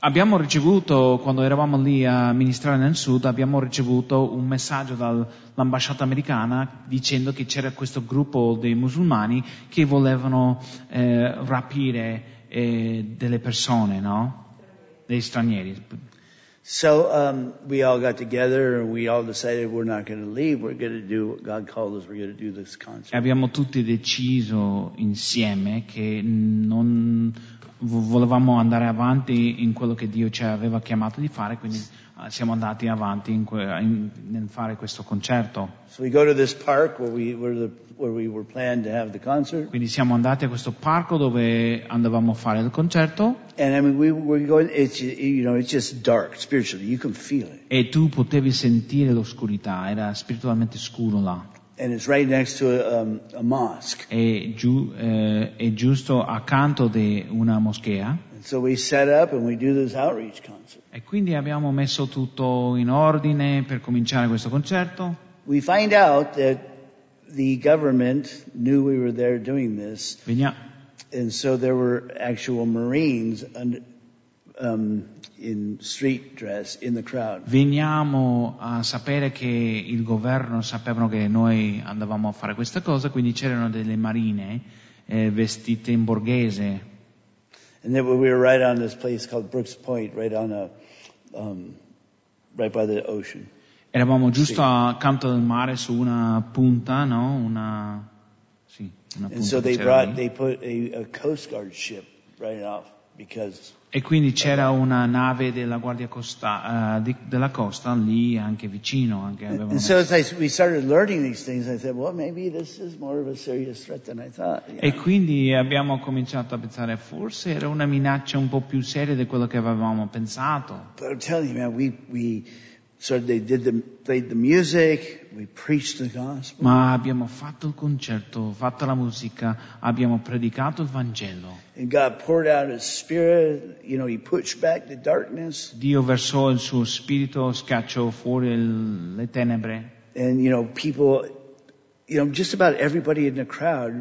B: abbiamo ricevuto, quando eravamo lì a ministrare nel sud, abbiamo ricevuto un messaggio dall'ambasciata americana dicendo che c'era questo gruppo dei musulmani che volevano eh, rapire eh, delle persone, no? Degli stranieri.
A: So um, we all got together, and we all decided we're not going to leave. We're going to do what God called us. We're going to do this
B: E
A: concert.
B: abbiamo tutti deciso insieme che non vo- volevamo andare avanti in quello che Dio ci aveva chiamato di fare, quindi eh, siamo andati avanti in que- in- nel fare questo concerto.
A: So we go to this park where we where, the, where we were planned to have the concert,
B: Quindi siamo andati a questo parco dove andavamo a fare il concerto
A: and I mean we were going. It's you know it's just dark spiritually. You can feel it.
B: e tu potevi sentire l'oscurità, era spiritualmente scuro là.
A: and it's right next to a, um, a mosque.
B: E giù, eh, è giusto accanto di una moschea.
A: And so we set up and we do this outreach concert.
B: E quindi abbiamo messo tutto in ordine per cominciare questo concerto.
A: We find out that the government knew we were there doing this,
B: Venia-
A: and so there were actual Marines under, um, in street dress in the crowd.
B: veniamo a sapere che il governo sapevano che noi andavamo a fare questa cosa, quindi c'erano delle marine eh, vestite in borghese.
A: And then we were right on this place called Brooks Point, right on a, um, right by the ocean.
B: Eravamo giusto
A: Sì.
B: accanto al mare su una punta, no? Una, sì, una punta
A: And so
B: che
A: they
B: c'era
A: brought,
B: lì.
A: they put a, a Coast Guard ship right off because
B: E quindi c'era una nave della guardia costa- eh, di- della costa lì anche vicino. Anche
A: And,
B: avevano
A: and so as I, we started learning these things, I said, well, maybe this is more of a serious threat than I thought. you
B: E
A: know.
B: quindi abbiamo cominciato a pensare, forse era una minaccia un po' più seria di quello che avevamo pensato.
A: But I'm telling you, man, we, we sort of, they did the, played the music, we preached the gospel,
B: Ma abbiamo fatto il concerto, fatto la musica, abbiamo predicato il Vangelo.
A: and God poured out His Spirit, you know, He pushed back the darkness,
B: Dio versò il suo spirito, scacciò fuori il- le tenebre.
A: and, you know, people, you know, just about everybody in the crowd,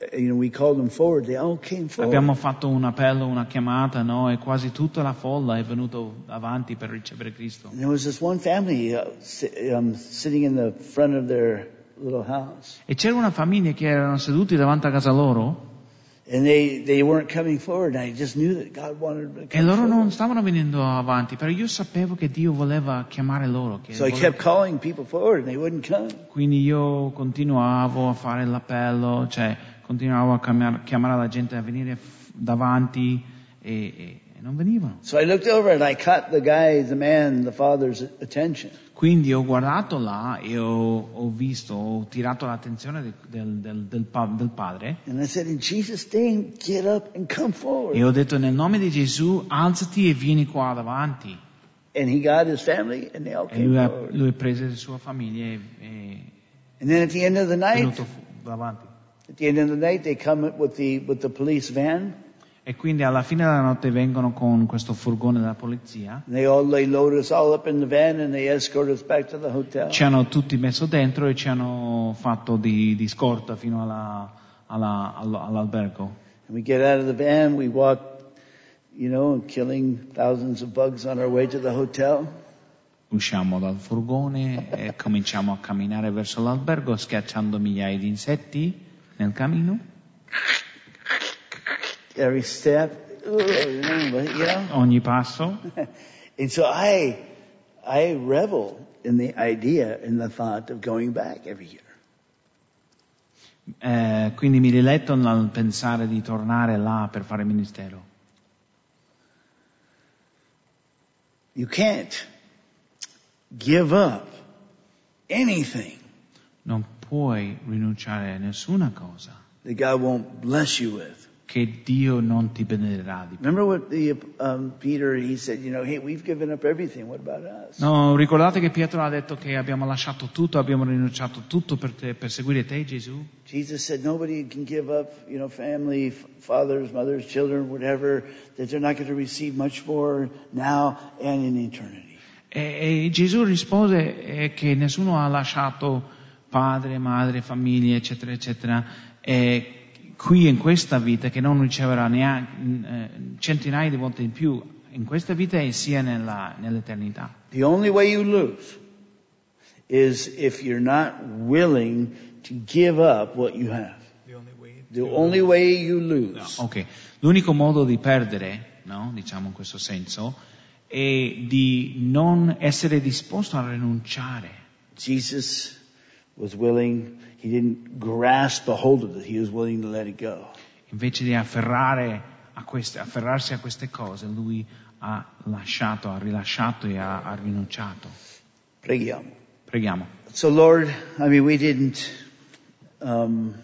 A: uh, you know, we called them forward, they all came forward.
B: Abbiamo fatto un appello, una chiamata, no? E quasi tutta la folla è venuta avanti per ricevere Cristo.
A: And there was this one family uh, si- um, sitting in the front of their little house.
B: E c'era una famiglia che erano seduti davanti a casa loro
A: And they, they weren't coming forward, and I just knew that God wanted them to
B: e
A: come
B: loro
A: forward.
B: non stavano venendo avanti, però io sapevo che Dio voleva chiamare loro. Che
A: So I
B: voleva-
A: kept calling people forward, and they wouldn't come.
B: Quindi io continuavo a fare l'appello, cioè continuavo a chiamar- chiamare la gente a venire f- davanti e, e- e non venivano.
A: So I looked over, and I caught the guy, the man, the father's attention.
B: Quindi ho guardato là e ho, ho visto, ho tirato l'attenzione de- del, del- del pa- del padre
A: And I said, in Jesus' name, get up and come forward.
B: e ho detto nel nome di Gesù alzati e vieni qua davanti.
A: And he got his family, and they all
B: E
A: came
B: lui ha,
A: forward.
B: lui prese la sua famiglia e, e
A: And then at the end of the
B: è
A: night,
B: venuto fu- davanti.
A: at the end of the night, they come with the, with the police van,
B: E quindi alla fine della notte vengono con questo furgone della polizia,
A: And they all they load us all up in the van and they escort us back to the hotel.
B: ci hanno tutti messo dentro e ci hanno fatto di, di scorta fino alla- alla- all- all'albergo.
A: And we get out of the van, we walk, you know, killing thousands of bugs on our way to the hotel.
B: Usciamo dal furgone e cominciamo a camminare verso l'albergo schiacciando migliaia di insetti nel cammino.
A: Every step, ooh, you know, but, you know.
B: Ogni passo
A: And so I, I revel in the idea, in the thought of going back every year.
B: Eh, quindi mi riletto nel pensare di tornare là per fare ministero.
A: You can't give up anything
B: Non puoi rinunciare a nessuna cosa
A: that God won't bless you with.
B: che Dio non ti benedirà. Di più.
A: Remember what the um, Peter he said, you know, hey, we've given up everything. What about us?
B: No, ricordate che Pietro ha detto che abbiamo lasciato tutto, abbiamo rinunciato tutto per, te- per seguire te Gesù.
A: Jesus said nobody can give up, you know, family, f- fathers, mothers, children, whatever that they're not going to receive much for now and in eternity.
B: E, e Gesù rispose eh, che nessuno ha lasciato padre, madre, famiglia, eccetera, eccetera, eh, qui in questa vita che non riceverà neanche eh, centinaia di volte in più in questa vita e sia nella- nell'eternità.
A: The only way you lose is if you're not willing to give up what you have. The only way you lose
B: Ok, l'unico modo di perdere, no? diciamo in questo senso, è di non essere disposto a rinunciare.
A: Jesus was willing. He didn't grasp a hold of it. He was willing to let it go.
B: Invece di afferrare a queste, afferrarsi a queste cose, lui ha lasciato, ha rilasciato e ha, ha rinunciato.
A: Preghiamo.
B: Preghiamo.
A: So Lord, I mean, we didn't um,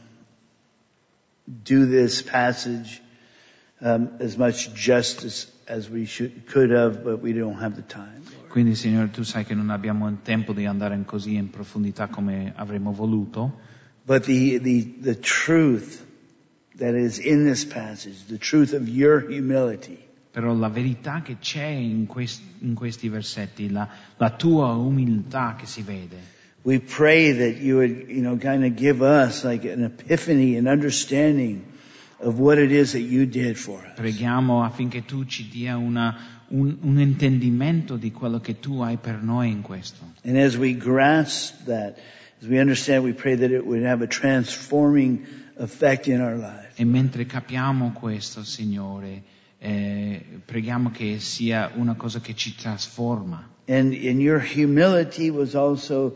A: do this passage um, as much justice as we should, could have, but we don't have the time.
B: Quindi Signore, tu sai che non abbiamo il tempo di andare in così in profondità come avremmo voluto,
A: But the the the truth that is in this passage, the truth of your humility,
B: però la verità che c'è in, quest- in questi versetti, la, la tua umiltà che si vede.
A: we pray that you would you know kind of give us like an epiphany, an understanding of what it is that you did for us.
B: Preghiamo affinché tu ci dia una- un, un intendimento di quello che tu hai per noi in questo.
A: And as we grasp that, as we understand, we pray that it would have a transforming effect in our lives.
B: E mentre capiamo questo, Signore, eh, preghiamo che sia una cosa che ci trasforma.
A: And in your humility was also,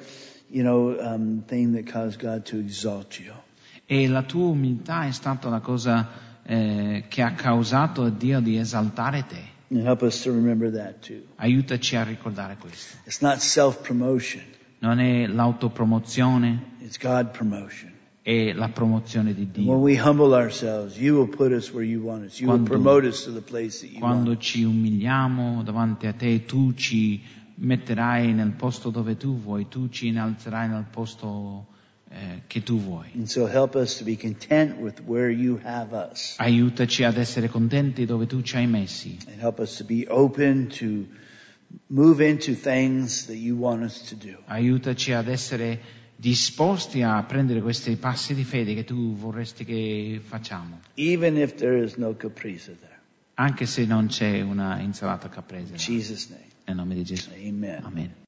A: you know, um, thing that caused God to exalt you.
B: E la tua umiltà è stata la cosa eh, che ha causato a Dio di esaltare te.
A: And help us to remember that too.
B: Aiutaci a ricordare questo.
A: It's not self-promotion.
B: Non è l'autopromozione,
A: It's God promotion.
B: è la promozione di
A: And
B: Dio.
A: when we humble ourselves, you will put us where you want us. You will
B: Quando-
A: promote us to the place that you want.
B: Quando ci umiliamo davanti a te, tu ci metterai nel posto dove tu vuoi, tu ci innalzerai nel posto eh, che tu vuoi.
A: And so help us to be content with where you have us.
B: Aiutaci ad essere contenti dove tu ci hai messi
A: and help us to be open to move into things that you want us to do.
B: aiutaci ad essere disposti a prendere questi passi di fede che tu vorresti che facciamo,
A: Even if there is no caprese there.
B: anche se non c'è una insalata caprese.
A: In Jesus' name.
B: Nel nome di Gesù.
A: Amen.
B: Amen.